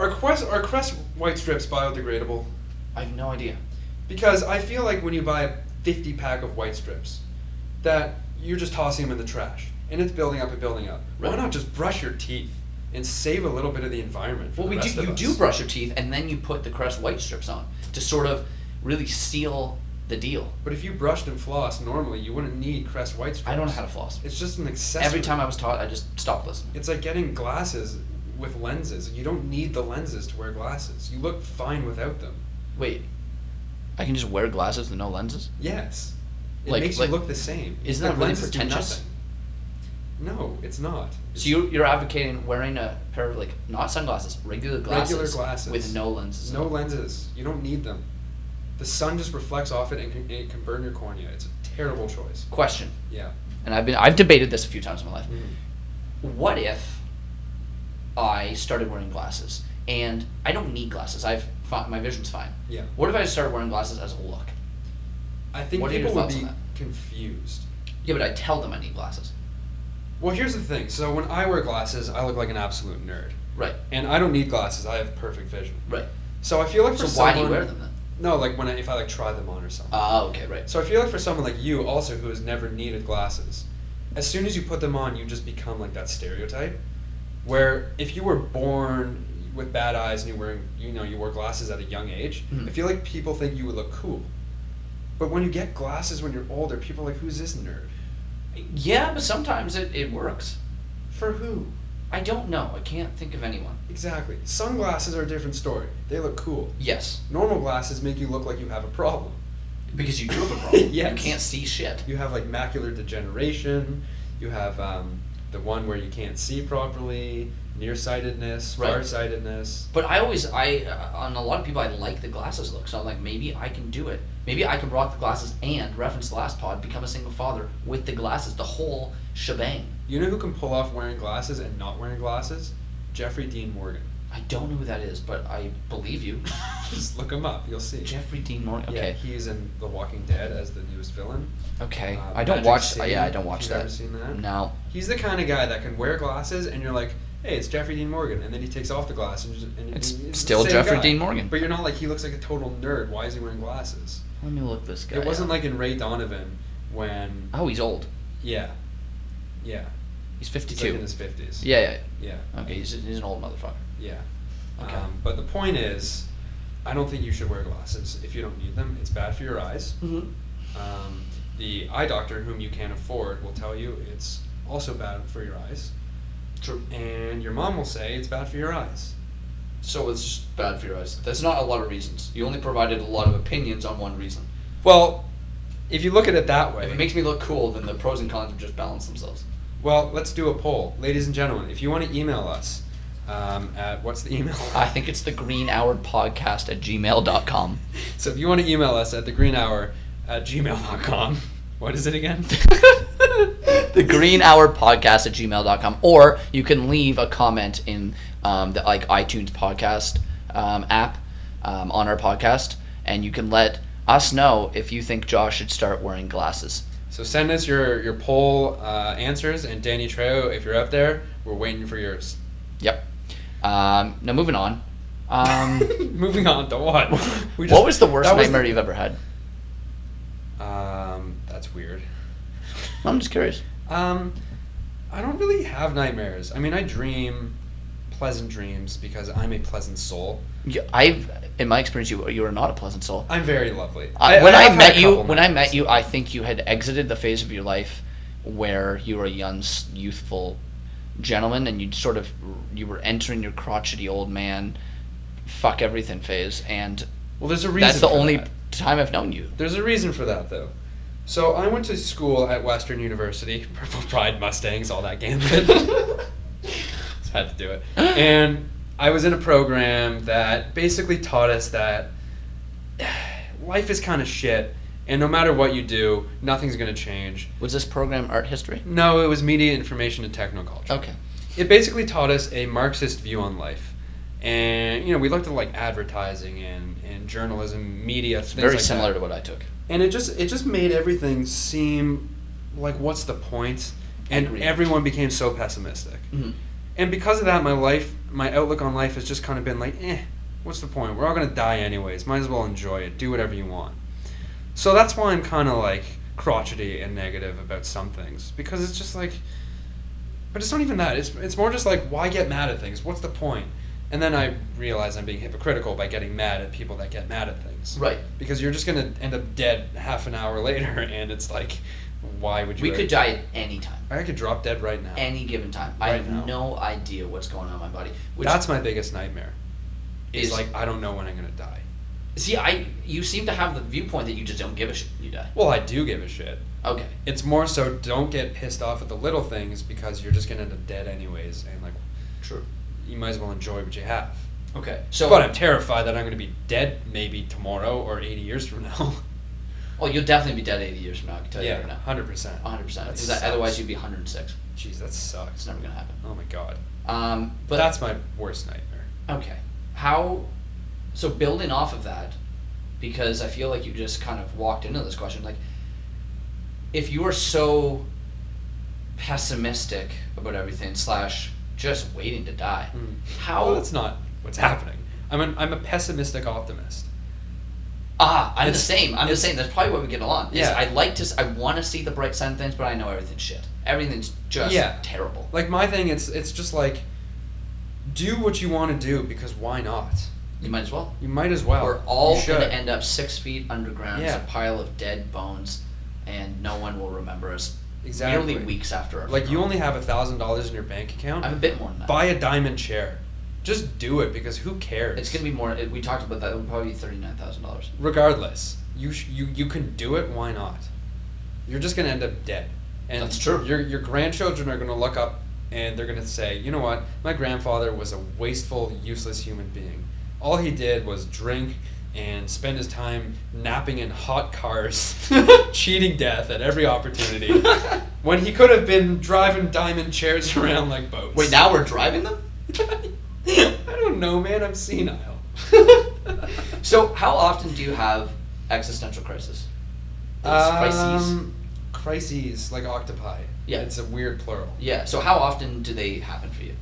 S1: Are Crest are Crest white strips biodegradable?
S2: I have no idea.
S1: Because I feel like when you buy a 50 pack of white strips, that you're just tossing them in the trash, and it's building up and building up. Why
S2: Right.
S1: not just brush your teeth and save a little bit of the environment? For
S2: Well,
S1: the
S2: we
S1: rest
S2: do.
S1: of
S2: You
S1: us?
S2: do brush your teeth, and then you put the Crest white strips on to sort of really seal the deal.
S1: But if you brushed and flossed normally, you wouldn't need Crest white strips.
S2: I don't know how to floss.
S1: It's just an accessory.
S2: Every time I was taught, I just stopped listening.
S1: It's like getting glasses with lenses. You don't need the lenses to wear glasses. You look fine without them.
S2: Wait, I can just wear glasses with no lenses?
S1: Yes. It
S2: Like-
S1: makes
S2: like-
S1: you look the same.
S2: isn't
S1: The
S2: that really
S1: lenses do
S2: pretentious?
S1: nothing. No, it's not. It's-
S2: So you, you're advocating wearing a pair of like not sunglasses, regular glasses,
S1: Regular glasses.
S2: with no lenses.
S1: No lenses. You don't need them. The sun just reflects off it and can, it can burn your cornea. It's a terrible choice.
S2: Question,
S1: Yeah.
S2: and I've been I've debated this a few times in my life.
S1: Mm.
S2: what if I started wearing glasses? And I don't need glasses. I've fi- my vision's fine.
S1: Yeah.
S2: What if I started wearing glasses as a look?
S1: I think
S2: What are your
S1: people would
S2: thoughts
S1: be
S2: on that?
S1: confused.
S2: Yeah, but I tell them I need glasses.
S1: Well, here's the thing. So when I wear glasses, I look like an absolute nerd.
S2: Right.
S1: And I don't need glasses. I have perfect vision.
S2: Right.
S1: So I feel like
S2: So
S1: for
S2: why
S1: someone,
S2: do you wear them then?
S1: No, like when I, if I like try them on or something.
S2: Ah, okay, right.
S1: So I feel like for someone like you also who has never needed glasses, as soon as you put them on, you just become like that stereotype. Where if you were born with bad eyes and you wearing you know you wore glasses at a young age,
S2: Mhm.
S1: I feel like people think you would look cool. But when you get glasses when you're older, people are like, "Who's this nerd?
S2: Yeah, but sometimes it, it works.
S1: For who?"
S2: I don't know. I can't think of anyone.
S1: Exactly. Sunglasses are a different story. They look cool.
S2: Yes,
S1: Normal glasses make you look like you have a problem.
S2: because you do
S1: <laughs>
S2: have a problem. You
S1: Yes.
S2: can't see shit.
S1: You have like macular degeneration. You have um, the one where you can't see properly, nearsightedness,
S2: Right.
S1: farsightedness.
S2: But I always, I uh, on a lot of people, I like the glasses look. So I'm like, maybe I can do it. Maybe I can rock the glasses and reference the last pod, become a single father with the glasses, the whole shebang.
S1: You know who can pull off wearing glasses and not wearing glasses? Jeffrey Dean Morgan. <laughs>
S2: I don't know who that is, but I believe you.
S1: Just look him up. You'll see.
S2: <laughs> Jeffrey Dean Morgan.
S1: Yeah,
S2: Okay.
S1: he's in The Walking Dead as the newest villain.
S2: Okay.
S1: Uh,
S2: I don't
S1: Magic
S2: watch.
S1: City,
S2: yeah, I don't
S1: if
S2: watch
S1: you've
S2: that.
S1: ever seen that.
S2: No.
S1: He's the kind of guy that can wear glasses and you're like, hey, it's Jeffrey Dean Morgan. And then he takes off the glasses and, just, and
S2: It's
S1: he- the
S2: still
S1: same
S2: Jeffrey
S1: guy.
S2: Dean Morgan.
S1: But you're not like, he looks like a total nerd. Why is he wearing glasses?
S2: Let me look this guy.
S1: It wasn't
S2: up.
S1: like in Ray Donovan when
S2: Oh, he's old.
S1: yeah, yeah, he's
S2: He's 52.
S1: like in his fifties.
S2: yeah, yeah.
S1: yeah,
S2: yeah. Okay, he's, he's an old motherfucker.
S1: yeah.
S2: Okay.
S1: Um, but the point is, I don't think you should wear glasses if you don't need them. It's bad for your eyes.
S2: Mm-hmm.
S1: Um, the eye doctor, whom you can't afford, will tell you it's also bad for your eyes,
S2: True.
S1: and your mom will say it's bad for your eyes.
S2: So it's just bad for your eyes. That's not a lot of reasons. You only provided a lot of opinions on one reason.
S1: Well, if you look at it that way,
S2: If it makes me look cool, then the pros and cons just balance themselves.
S1: well, let's do a poll, ladies and gentlemen. If you want to email us, um, at what's the email?
S2: I think it's the green hour podcast at <laughs> gmail.com.
S1: So if you want to email us at thegreenhour at gmail.com, <laughs> what is it again?
S2: the green hour podcast at gmail.com. Or you can leave a comment in um, the like iTunes podcast um, app um, on our podcast, and you can let us know if you think Josh should start wearing glasses.
S1: So send us your, your poll uh, answers, and Danny Trejo, if you're out there, we're waiting for yours. <laughs>
S2: Yep. Um, now, moving on. <laughs> Um,
S1: Moving on to what? We just-
S2: what was the worst
S1: that was
S2: nightmare
S1: the-
S2: you've ever had?
S1: Um, that's weird.
S2: I'm just curious.
S1: Um, I don't really have nightmares. I mean, I dream pleasant dreams because I'm a pleasant soul.
S2: You, I've, in my experience, you you are not a pleasant soul.
S1: I'm very lovely.
S2: I, Uh, when I,
S1: have had
S2: met
S1: a
S2: you,
S1: couple
S2: when I
S1: nightmares.
S2: met you, I think you had exited the phase of your life where you were a young, s- youthful gentleman, and you sort of you were entering your crotchety old man, fuck everything phase, and
S1: well, there's a reason.
S2: that's the
S1: for
S2: only
S1: that.
S2: time I've known you.
S1: There's a reason for that, though. So I went to school at Western University, <laughs> Purple Pride Mustangs, all that <laughs> gambit. Just had to do it. And I was in a program that basically taught us that <sighs> life is kind of shit, and no matter what you do, nothing's going to change.
S2: Was this program art history?
S1: No, it was media information and technoculture
S2: Okay.
S1: it basically taught us a Marxist view on life. And you know, we looked at like advertising and, and journalism, media, things
S2: Very
S1: like
S2: similar
S1: that.
S2: to what I took.
S1: And it just it just made everything seem like what's the point? And
S2: Agreed.
S1: everyone became so pessimistic.
S2: Mhm.
S1: And because of that, my life, my outlook on life has just kind of been like, eh, what's the point? We're all gonna die anyways. Might as well enjoy it. Do whatever you want. So that's why I'm kind of like crotchety and negative about some things because it's just like, but it's not even that. It's it's more just like, why get mad at things? What's the point? And then I realize I'm being hypocritical by getting mad at people that get mad at things.
S2: Right.
S1: Because you're just gonna end up dead half an hour <laughs> later, and it's like, why would you?
S2: We could die at any time,
S1: I could drop dead right now.
S2: any given time. I
S1: Right
S2: have
S1: now.
S2: no idea what's going on in my body. Which
S1: That's my biggest nightmare. Is,
S2: Is-
S1: like I don't know when I'm gonna die.
S2: see, I you seem to have the viewpoint that you just don't give a shit. when You die.
S1: Well, I do give a shit.
S2: Okay.
S1: It's more so don't get pissed off at the little things because you're just gonna end up dead anyways, and like
S2: True.
S1: you might as well enjoy what you have.
S2: Okay. So
S1: but I'm terrified that I'm gonna be dead maybe tomorrow or 80 years from now. <laughs>
S2: Oh, you'll definitely be dead 80 years from now. I can tell you
S1: yeah,
S2: right now.
S1: 100. percent
S2: 100%. Because
S1: sucks.
S2: otherwise, you'd be 106.
S1: Jeez, that
S2: It's
S1: sucks.
S2: never going to happen.
S1: Oh my god.
S2: Um,
S1: But
S2: but
S1: that's my worst nightmare.
S2: okay. How? So building off of that, because I feel like you just kind of walked into this question. Like, if you are so pessimistic about everything, slash just waiting to die.
S1: Mm.
S2: How?
S1: Well, that's not what's happening. I'm an, I'm a pessimistic optimist.
S2: Ah, I'm the
S1: It's-
S2: same. I'm the
S1: it's-
S2: same. That's probably where we get along. is
S1: Yeah.
S2: I like to. s- I want to see the bright side of things, but I know everything's shit. Everything's just
S1: Yeah.
S2: terrible.
S1: Like my thing, it's it's just like, do what you want to do because why not?
S2: You might as well.
S1: You might as well.
S2: We're
S1: You
S2: all
S1: should.
S2: going to end up six feet underground as
S1: Yeah.
S2: a pile of dead bones, and no one will remember us.
S1: exactly.
S2: Merely weeks after our.
S1: Like you
S2: funeral.
S1: only have a thousand dollars in your bank account.
S2: I'm a bit more than that.
S1: Buy a diamond chair. Just do it because who cares?
S2: It's gonna be more. We talked about that. It would probably be thirty nine thousand dollars.
S1: regardless. You sh- you you can do it. Why not? You're just gonna end up dead. And
S2: That's true.
S1: Your your grandchildren are gonna look up and they're gonna say, you know what? My grandfather was a wasteful, useless human being. All he did was drink and spend his time napping in hot cars, <laughs> cheating death at every
S2: <laughs>
S1: opportunity, when he could have been driving diamond chairs <laughs> around like boats.
S2: Wait, now we're driving them.
S1: <laughs> I don't know, man. I'm senile. <laughs>
S2: So, how often do you have existential crisis? These crises.
S1: Um, crises, like octopi.
S2: Yeah.
S1: It's a weird plural.
S2: Yeah. So, how often do they happen for you?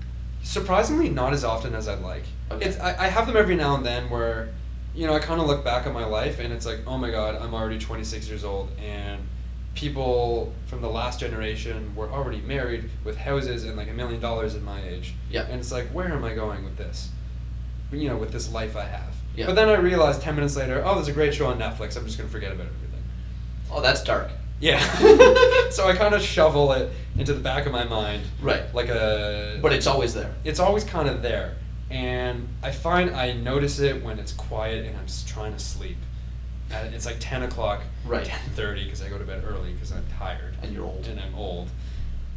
S1: Surprisingly, not as often as I'd like.
S2: Okay.
S1: It's I, I have them every now and then where, you know, I kind of look back at my life and it's like, oh my god, I'm already 26 years old and people from the last generation were already married with houses and like a million dollars at my age.
S2: Yeah.
S1: And it's like, where am I going with this? You know, with this life I have.
S2: Yeah.
S1: But then I realized 10 minutes later, oh, there's a great show on Netflix. I'm just going to forget about everything.
S2: Oh, that's dark.
S1: Yeah. <laughs> so I kind of shovel it into the back of my mind.
S2: Right.
S1: Like a.
S2: But it's always there.
S1: It's always kind of there. And I find I notice it when it's quiet and I'm s- trying to sleep. And it's like 10 o'clock,
S2: Right.
S1: 10.30, because I go to bed early because I'm tired.
S2: And you're old.
S1: And I'm old.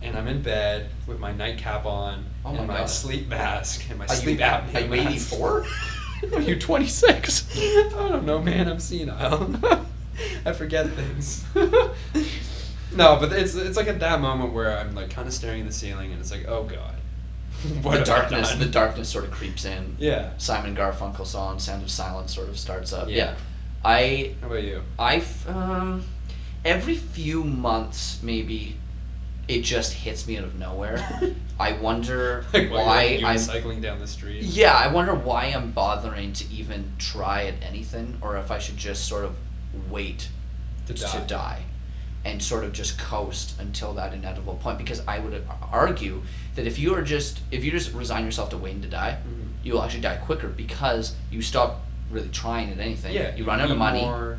S1: And I'm in bed with my nightcap on
S2: Oh
S1: and
S2: my
S1: my
S2: God.
S1: sleep mask and my
S2: Are you,
S1: sleep apnea
S2: are you
S1: mask. <laughs>
S2: 84?
S1: Are you
S2: <laughs>
S1: 26? I don't know, man. I'm senile. <laughs> I forget
S2: <laughs>
S1: things. no, but it's it's like at that moment where I'm like kind of staring at the ceiling and it's like, oh god, what
S2: the
S1: have I
S2: darkness,
S1: done?
S2: the darkness sort of creeps in.
S1: Yeah.
S2: Simon Garfunkel song "Sound of Silence" sort of starts up.
S1: Yeah.
S2: I
S1: How about you? <laughs>
S2: I f- um, every few months maybe it just hits me out of
S1: <laughs>
S2: nowhere. I wonder
S1: Like while
S2: why
S1: you're, like,
S2: I'm
S1: cycling down the street?
S2: yeah, I wonder why I'm bothering to even try at anything, or if I should just sort of wait
S1: To
S2: to
S1: die.
S2: die. and sort of just coast until that inevitable point. Because I would argue that if you are just if you just resign yourself to waiting to die,
S1: Mhm.
S2: you will actually die quicker because you stop really trying at anything.
S1: Yeah.
S2: you run out
S1: eat
S2: of money.
S1: more.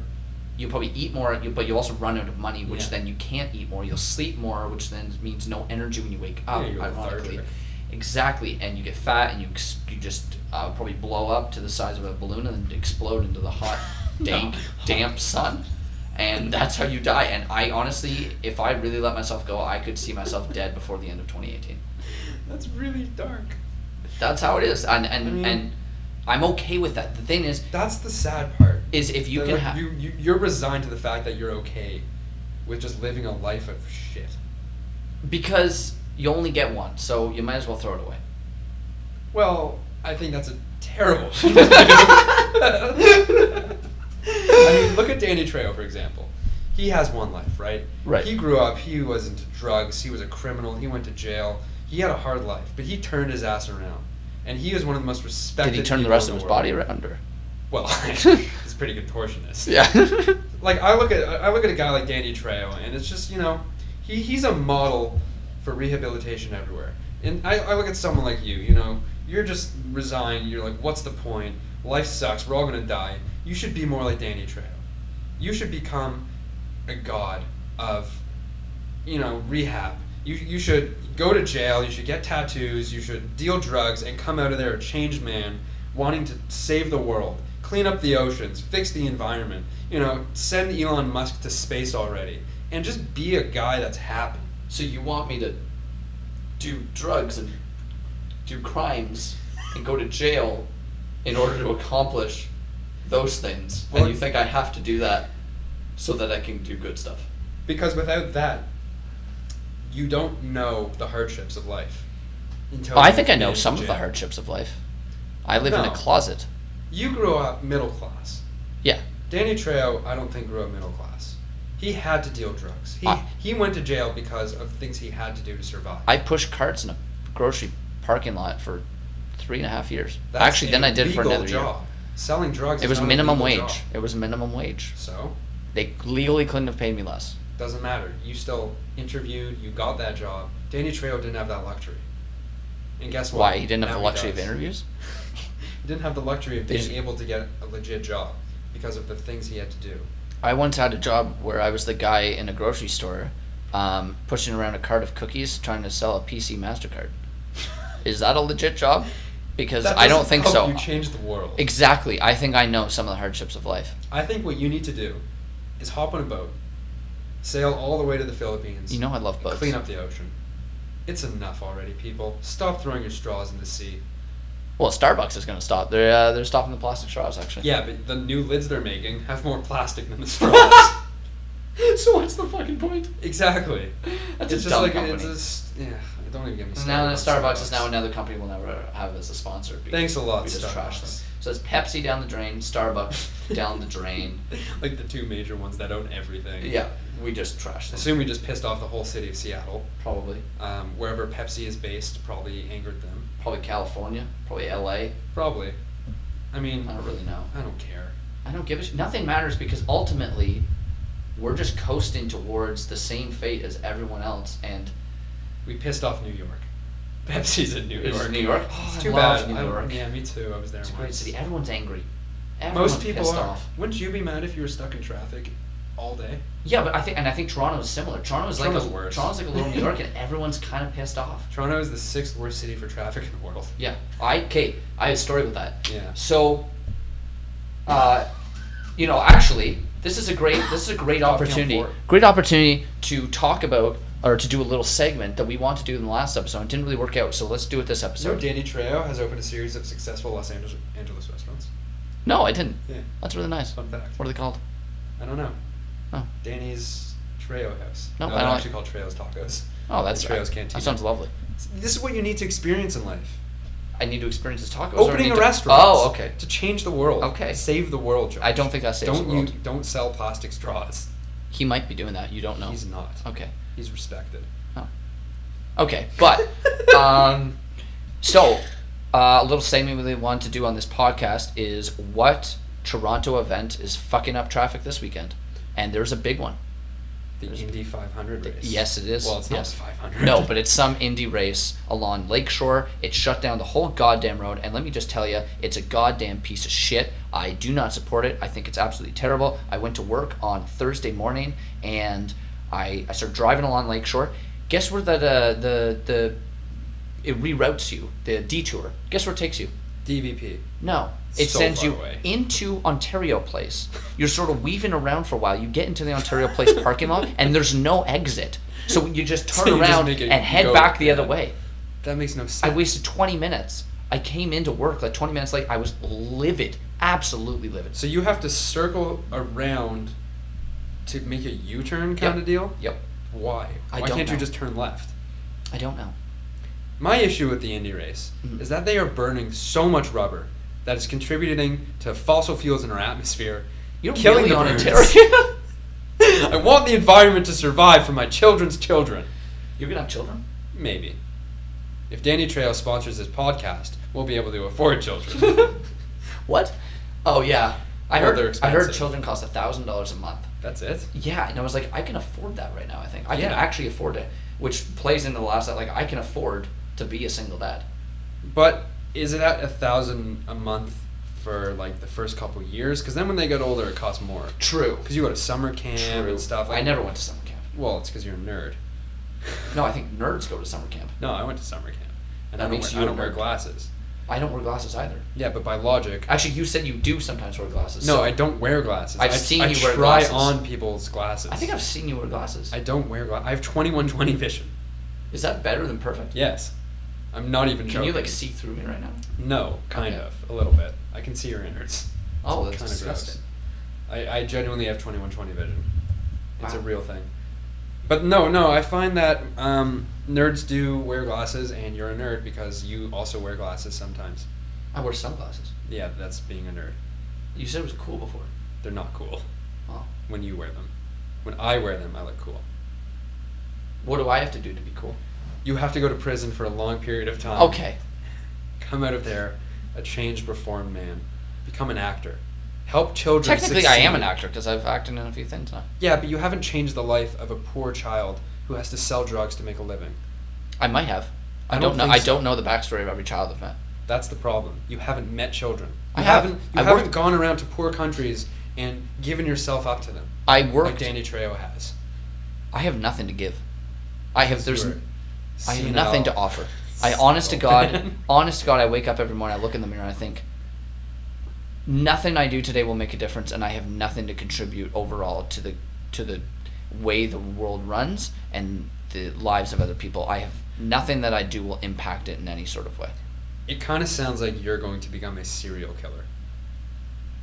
S2: You probably eat more, you, but you also run out of money, which
S1: Yeah.
S2: then you can't eat more. You'll sleep more, which then means no energy when you wake up.
S1: Yeah, you're
S2: Oh, ironically.
S1: lethargic.
S2: Exactly, and you get fat, and you ex- you just uh, probably blow up to the size of a balloon and then explode into the <laughs>
S1: <laughs>
S2: hot, dank,
S1: No.
S2: damp sun, and that's how you die. And I honestly, if I really let myself go, I could see myself dead before the end of 2018.
S1: That's really dark.
S2: That's how it is, and and
S1: I mean-
S2: and I'm okay with that. The thing is,
S1: That's the sad part.
S2: is if you
S1: That,
S2: can
S1: like,
S2: have
S1: you, you you're resigned to the fact that you're okay with just living a life of shit.
S2: because you only get one, so you might as well
S1: <laughs>
S2: throw it away. <laughs>
S1: Well, I think that's a
S2: <laughs>
S1: terrible thing to do. I mean, look at Danny Trejo, for example. He has one life, right?
S2: Right.
S1: He grew up, he was into drugs, he was a criminal, he went to jail. He had a hard life, but he turned his ass around. And he is one of the most respected
S2: Did he turn the
S1: people
S2: rest
S1: in
S2: of his
S1: world.
S2: body around, or <laughs>
S1: Well, <laughs> he's a pretty contortionist. like I look at I look at a guy like Danny Trejo, and it's just you know, he, he's a model for rehabilitation everywhere. And I, I look at someone like you, you know, you're just resigned. You're like, what's the point? Life sucks. We're all gonna die. You should be more like Danny Trejo. You should become a god of, you know, rehab. You, you should go to jail. You should get tattoos. You should deal drugs and come out of there a changed man, wanting to save the world, clean up the oceans, fix the environment. You know, send Elon Musk to space already, and just be a guy that's happy.
S2: So you want me to do drugs and do crimes and go to jail in order to accomplish those things?
S1: Well,
S2: and you think I have to do that so that I can do good stuff?
S1: Because without that, you don't know the hardships of life. until
S2: I
S1: you've
S2: think I
S1: been
S2: know
S1: in
S2: some of the
S1: jail.
S2: hardships of life. I live in
S1: No.
S2: a closet.
S1: You grew up middle class.
S2: Yeah.
S1: Danny Trejo, I don't think grew up middle class. He had to deal drugs. He
S2: I-
S1: he went to jail because of things he had to do to survive.
S2: I push carts in a grocery parking lot for three and a half years.
S1: That's
S2: Actually, then I did for
S1: illegal
S2: another year.
S1: job. Selling drugs.
S2: It
S1: is
S2: was
S1: not a
S2: minimum wage.
S1: legal job.
S2: It was minimum wage.
S1: So
S2: They legally couldn't have paid me less.
S1: doesn't matter. You still interviewed. You got that job. Danny Trejo didn't have that luxury. And guess what?
S2: Why? You didn't have
S1: Now
S2: the
S1: he
S2: luxury of
S1: does.
S2: interviews?
S1: <laughs> He didn't have the luxury of
S2: They
S1: being
S2: just-
S1: able to get a legit job because of the things he had to do.
S2: I once had a job where I was the guy in a grocery store um, pushing around a cart of cookies trying to sell a PC MasterCard. Is that a
S1: <laughs>
S2: legit job? Because
S1: That
S2: I don't
S1: doesn't
S2: think
S1: help
S2: so.
S1: You change the world.
S2: Exactly. I think I know some of the hardships of life.
S1: I think what you need to do is hop on a boat, sail all the way to the Philippines,
S2: You know I love boats.
S1: clean up the ocean. It's enough already, people. Stop throwing your straws in the sea.
S2: Well, Starbucks is going to stop. They're uh, they're stopping the plastic straws actually.
S1: Yeah, <laughs> but the new lids they're making have more plastic than the straws.
S2: <laughs> so what's the fucking point?
S1: exactly.
S2: That's
S1: it's just
S2: a dumb
S1: like
S2: company.
S1: it's just yeah. Don't even get me
S2: And
S1: started.
S2: now that
S1: about
S2: Starbucks,
S1: <laughs>
S2: is now another company we'll never have as a sponsor. because
S1: Thanks a lot,
S2: we just trash them.
S1: Starbucks.
S2: So it's Pepsi down the
S1: <laughs>
S2: drain, Starbucks down the drain.
S1: like the two major ones that own everything.
S2: Yeah, we just trash them.
S1: Assume we just pissed off the whole city of Seattle.
S2: Probably,
S1: Um, wherever Pepsi is based, probably angered them.
S2: probably California, probably LA.
S1: Probably. I mean,
S2: I don't really know.
S1: I don't care.
S2: I don't give a sh- nothing matters because ultimately, we're just coasting towards the same fate as everyone else. And
S1: We pissed off New York. <laughs> Pepsi's in New
S2: Is
S1: York.
S2: New York?
S1: Oh,
S2: Oh, I
S1: it's too
S2: love
S1: bad.
S2: New
S1: I-
S2: York.
S1: yeah, me too. I was there
S2: it's a great
S1: once.
S2: city. Everyone's angry. Everyone's
S1: Most people
S2: pissed
S1: are.
S2: off.
S1: Wouldn't you be mad if you were stuck in traffic all day?
S2: Yeah, but I think and I think Toronto is similar. Toronto's like
S1: Toronto's
S2: a,
S1: worse.
S2: Toronto's like a little New York, and everyone's kind of pissed off.
S1: Toronto is the sixth worst city for traffic in the world.
S2: Yeah, I Kate, I have a story with that.
S1: Yeah.
S2: So, uh, you know, actually, this is a great this is a great
S1: Top
S2: opportunity,
S1: down four.
S2: great opportunity to talk about or to do a little segment that we want to do in the last episode. It didn't really work out, so let's do it this
S1: So
S2: episode.
S1: Danny Trejo has opened a series of successful Los Angeles, Angeles restaurants.
S2: No, I didn't.
S1: Yeah.
S2: That's really nice.
S1: Fun fact.
S2: What are they called?
S1: I don't know.
S2: Oh,
S1: Danny's Trejo House.
S2: No,
S1: no
S2: I
S1: they're
S2: don't-
S1: actually called Trejo's Tacos.
S2: oh, that's
S1: Trails Cantina.
S2: That sounds lovely.
S1: This is what you need to experience in life.
S2: I need to experience this tacos. or I
S1: Opening
S2: need
S1: a
S2: to-
S1: restaurant.
S2: Oh, okay.
S1: To change the world.
S2: Okay.
S1: Save the world, Josh.
S2: I don't think that saves
S1: don't
S2: the world.
S1: You, don't sell plastic straws.
S2: He might be doing that. You don't know.
S1: He's not.
S2: Okay.
S1: He's respected.
S2: Okay, but um, so uh, a little segment we want to do on this podcast is what Toronto event is fucking up traffic this weekend, and there's a big one.
S1: The
S2: There's-
S1: Indy 500 race.
S2: Yes, it is.
S1: Well, it's not
S2: yes.
S1: 500.
S2: No, but it's some indie race along Lakeshore. It shut down the whole goddamn road, and let me just tell you, it's a goddamn piece of shit. I do not support it. I think it's absolutely terrible. I went to work on Thursday morning, and I, I started driving along Lakeshore. Guess where that uh, the the it reroutes you the detour. Guess where it takes you?
S1: DVP.
S2: No, it
S1: So
S2: sends
S1: far
S2: you
S1: away.
S2: into Ontario Place. You're sort of weaving around for a while. You get into the Ontario
S1: <laughs>
S2: Place parking lot, and there's no exit. So you just
S1: So
S2: turn
S1: you just
S2: around
S1: make it
S2: and head
S1: go,
S2: back the other
S1: yeah.
S2: way.
S1: That makes no
S2: I
S1: sense.
S2: wasted 20 minutes. I came into work like 20 minutes late. I was livid, absolutely livid.
S1: so you have to circle around to make a U-turn kind
S2: Yep.
S1: of deal.
S2: Yep.
S1: Why?
S2: I
S1: Why
S2: don't
S1: can't
S2: know.
S1: you just turn left?
S2: I don't know.
S1: My issue with the Indy race
S2: Mm-hmm.
S1: is that they are burning so much rubber that is contributing to fossil fuels in our atmosphere,
S2: You're
S1: killing
S2: really
S1: the
S2: on
S1: birds. <laughs>
S2: Ontario.
S1: I want the environment to survive for my children's children.
S2: You're gonna have children.
S1: Maybe. If Danny Trejo sponsors this podcast, we'll be able to afford
S2: <laughs>
S1: children.
S2: What? Oh yeah. I
S1: Well,
S2: heard.
S1: they're
S2: I heard
S1: expensive.
S2: children cost thousand dollars a month.
S1: That's it.
S2: Yeah, and I was like, I can afford that right now. I think I can
S1: Yeah.
S2: actually afford it, which plays into the last that like I can afford to be a single dad.
S1: But is it at a thousand a month for like the first couple years? Because then when they get older, it costs more.
S2: True.
S1: Because you go to summer camp
S2: True.
S1: and stuff.
S2: I never went to summer camp.
S1: Well, it's because you're a nerd.
S2: No, I think nerds go to summer camp.
S1: No, I went to summer camp, and
S2: That
S1: I don't,
S2: makes
S1: wear,
S2: you
S1: I
S2: a
S1: don't wear
S2: nerd.
S1: glasses.
S2: I don't wear glasses either.
S1: Yeah, but by logic,
S2: Actually, you said you do sometimes wear glasses.
S1: no,
S2: so
S1: I don't wear glasses.
S2: I've
S1: I,
S2: seen
S1: I
S2: you wear
S1: try
S2: glasses.
S1: on people's glasses.
S2: I think I've seen you wear glasses.
S1: I don't wear glasses. I have twenty-one twenty vision.
S2: Is that better than perfect?
S1: Yes, I'm not even
S2: Can
S1: joking.
S2: you like see through me right now?
S1: No, kind
S2: Okay.
S1: of, a little bit. I can see your innards.
S2: Oh,
S1: It's
S2: that's
S1: kinda gross.
S2: disgusting.
S1: I, I genuinely have 2120 vision. It's a
S2: Wow.
S1: real thing. But no, no, I find that um, nerds do wear glasses, and you're a nerd because you also wear glasses sometimes.
S2: I wear sunglasses.
S1: Yeah, that's being a nerd.
S2: You said it was cool before.
S1: They're not cool
S2: Oh.
S1: when you wear them. When I wear them, I look cool.
S2: What do I have to do to be cool?
S1: You have to go to prison for a long period of time.
S2: Okay.
S1: Come out of there a changed, reformed man. Become an actor. Help children.
S2: Technically, I am an
S1: succeed.
S2: actor because I've acted in a few things now.
S1: Yeah, but you haven't changed the life of a poor child who has to sell drugs to make a living.
S2: I might have. I,
S1: I
S2: don't,
S1: don't
S2: know.
S1: think
S2: I
S1: so.
S2: don't know the backstory of every child I've met.
S1: That's the problem. You haven't met children.
S2: I
S1: You
S2: have.
S1: not You
S2: I've
S1: haven't
S2: worked-
S1: gone around to poor countries and given yourself up to them.
S2: I
S1: Like
S2: worked.
S1: Danny Trejo has.
S2: I have nothing to give. I have there's
S1: You are
S2: I have
S1: senile.
S2: nothing
S1: <laughs>
S2: to offer. I honest to
S1: So
S2: God,
S1: bad.
S2: honest to God, I wake up every morning, I look in the mirror, and I think nothing I do today will make a difference, and I have nothing to contribute overall to the to the way the world runs and the lives of other people. I have nothing that I do will impact it in any sort of way.
S1: <laughs> It kind of sounds like you're going to become a serial killer.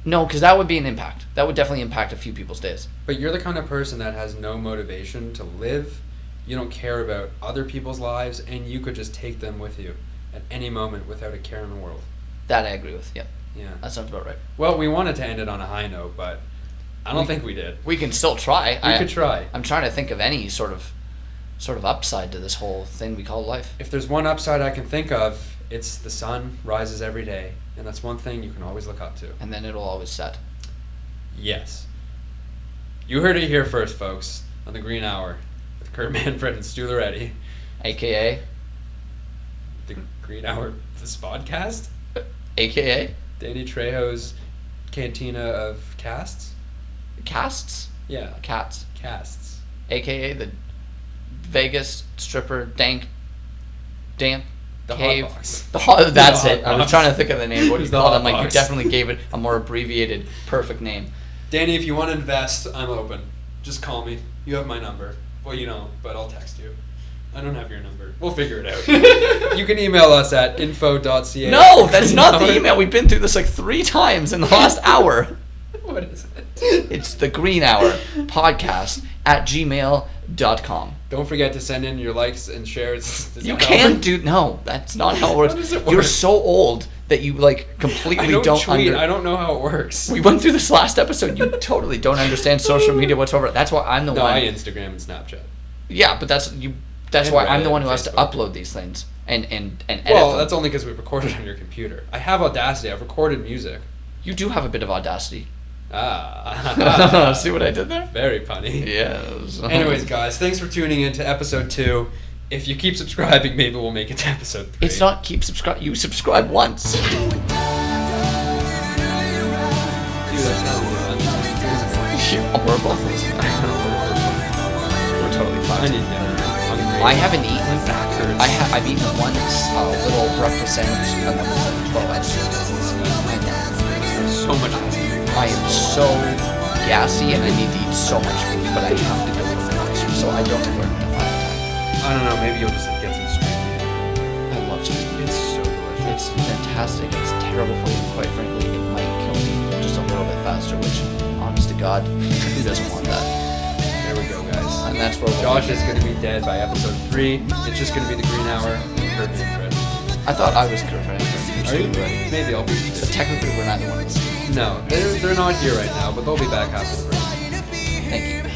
S2: No, because that would be an impact. That would definitely impact a few people's days.
S1: But you're the kind of person that has no motivation to live. You don't care about other people's lives, and you could just take them with you at any moment without a care in the world.
S2: That I agree with. Yeah,
S1: Yeah.
S2: that sounds about right.
S1: Well, we wanted to end it on a high note, but I don't
S2: We-
S1: think we did.
S2: We can still try.
S1: We
S2: I,
S1: could try.
S2: I'm trying to think of any sort of sort of upside to this whole thing we call life.
S1: If there's one upside I can think of, it's the sun rises every day, and that's one thing you can always look up to.
S2: and then it'll always set.
S1: Yes. You heard it here first, folks, on the Green Hour with Kurt <laughs> Manfred and Stu Loretti.
S2: AKA,
S1: The Green Hour, this podcast?
S2: AKA
S1: Danny Trejo's cantina of casts?
S2: casts,
S1: Yeah,
S2: cats,
S1: casts.
S2: AKA the Vegas stripper dank, damp.
S1: The hot
S2: cave.
S1: box.
S2: The hot, that's
S1: The hot
S2: it. I was
S1: box.
S2: trying to think of the
S1: <laughs>
S2: name. What
S1: It was
S2: do you
S1: the
S2: call it?
S1: hot
S2: I'm like, you
S1: box.
S2: definitely gave it a more abbreviated, perfect
S1: <laughs>
S2: name.
S1: Danny, if you want to invest, I'm open. Just call me. You have my number. Well, you know, but I'll text you. I don't have your number. We'll figure it
S2: <laughs>
S1: out. you can email us at info.ca.
S2: No, that's
S1: <laughs>
S2: not the email. We've been through this like three times in the last hour.
S1: What is it?
S2: It's the Green Hour podcast at gmail.com.
S1: Don't forget to send in your likes and shares. Does
S2: You
S1: that
S2: can
S1: help?
S2: do no. That's not how it works.
S1: How does it
S2: You're
S1: work?
S2: so old that you like completely
S1: I don't, tweet.
S2: under-
S1: I don't know how it works.
S2: We went through this last episode.
S1: <laughs>
S2: You totally don't understand social media whatsoever. That's why I'm the
S1: no,
S2: one.
S1: I Instagram and Snapchat.
S2: Yeah, but that's you. That's
S1: And
S2: why I'm the
S1: Reddit
S2: one who
S1: and
S2: has to
S1: Facebook.
S2: upload these things and and and edit
S1: Well,
S2: them.
S1: that's only because we recorded on your computer. I have Audacity. I've recorded
S2: <laughs>
S1: music.
S2: you do have a bit of
S1: <laughs>
S2: audacity. <laughs>
S1: Ah. <laughs>
S2: See what I did there?
S1: Very funny.
S2: Yes.
S1: <laughs> Anyways, guys, thanks for tuning in to episode two. If you keep subscribing, maybe we'll make it to episode three.
S2: it's not keep subscribe. You subscribe once. <laughs>
S1: Dude, that's not fun.
S2: You're horrible. <laughs> We're totally
S1: I
S2: fine.
S1: need dinner. I'm hungry.
S2: I haven't eaten.
S1: My back hurts.
S2: I ha- I've eaten one uh, little breakfast sandwich and that was like 12 ounces.
S1: There's so much. food.
S2: I am so gassy and I need to eat so much food, but I have to go to the concert, so I don't work enough
S1: I
S2: out
S1: don't know. Maybe you'll just like, get some street
S2: of time. I love cheese.
S1: food. It's so delicious.
S2: It's fantastic. It's terrible for you, quite frankly. It might kill me just a little bit faster, which, honest to God, <laughs> who doesn't want that?
S1: There we go, guys.
S2: And that's where we'll
S1: Josh is going to be dead by episode three. It's just going to be the green hour. Kirby and Fred.
S2: I thought I was correct.
S1: Are you? Maybe I'll be.
S2: But technically, we're neither one of us.
S1: No, they're, they're not here right now, but they'll be back after the break.
S2: Thank you.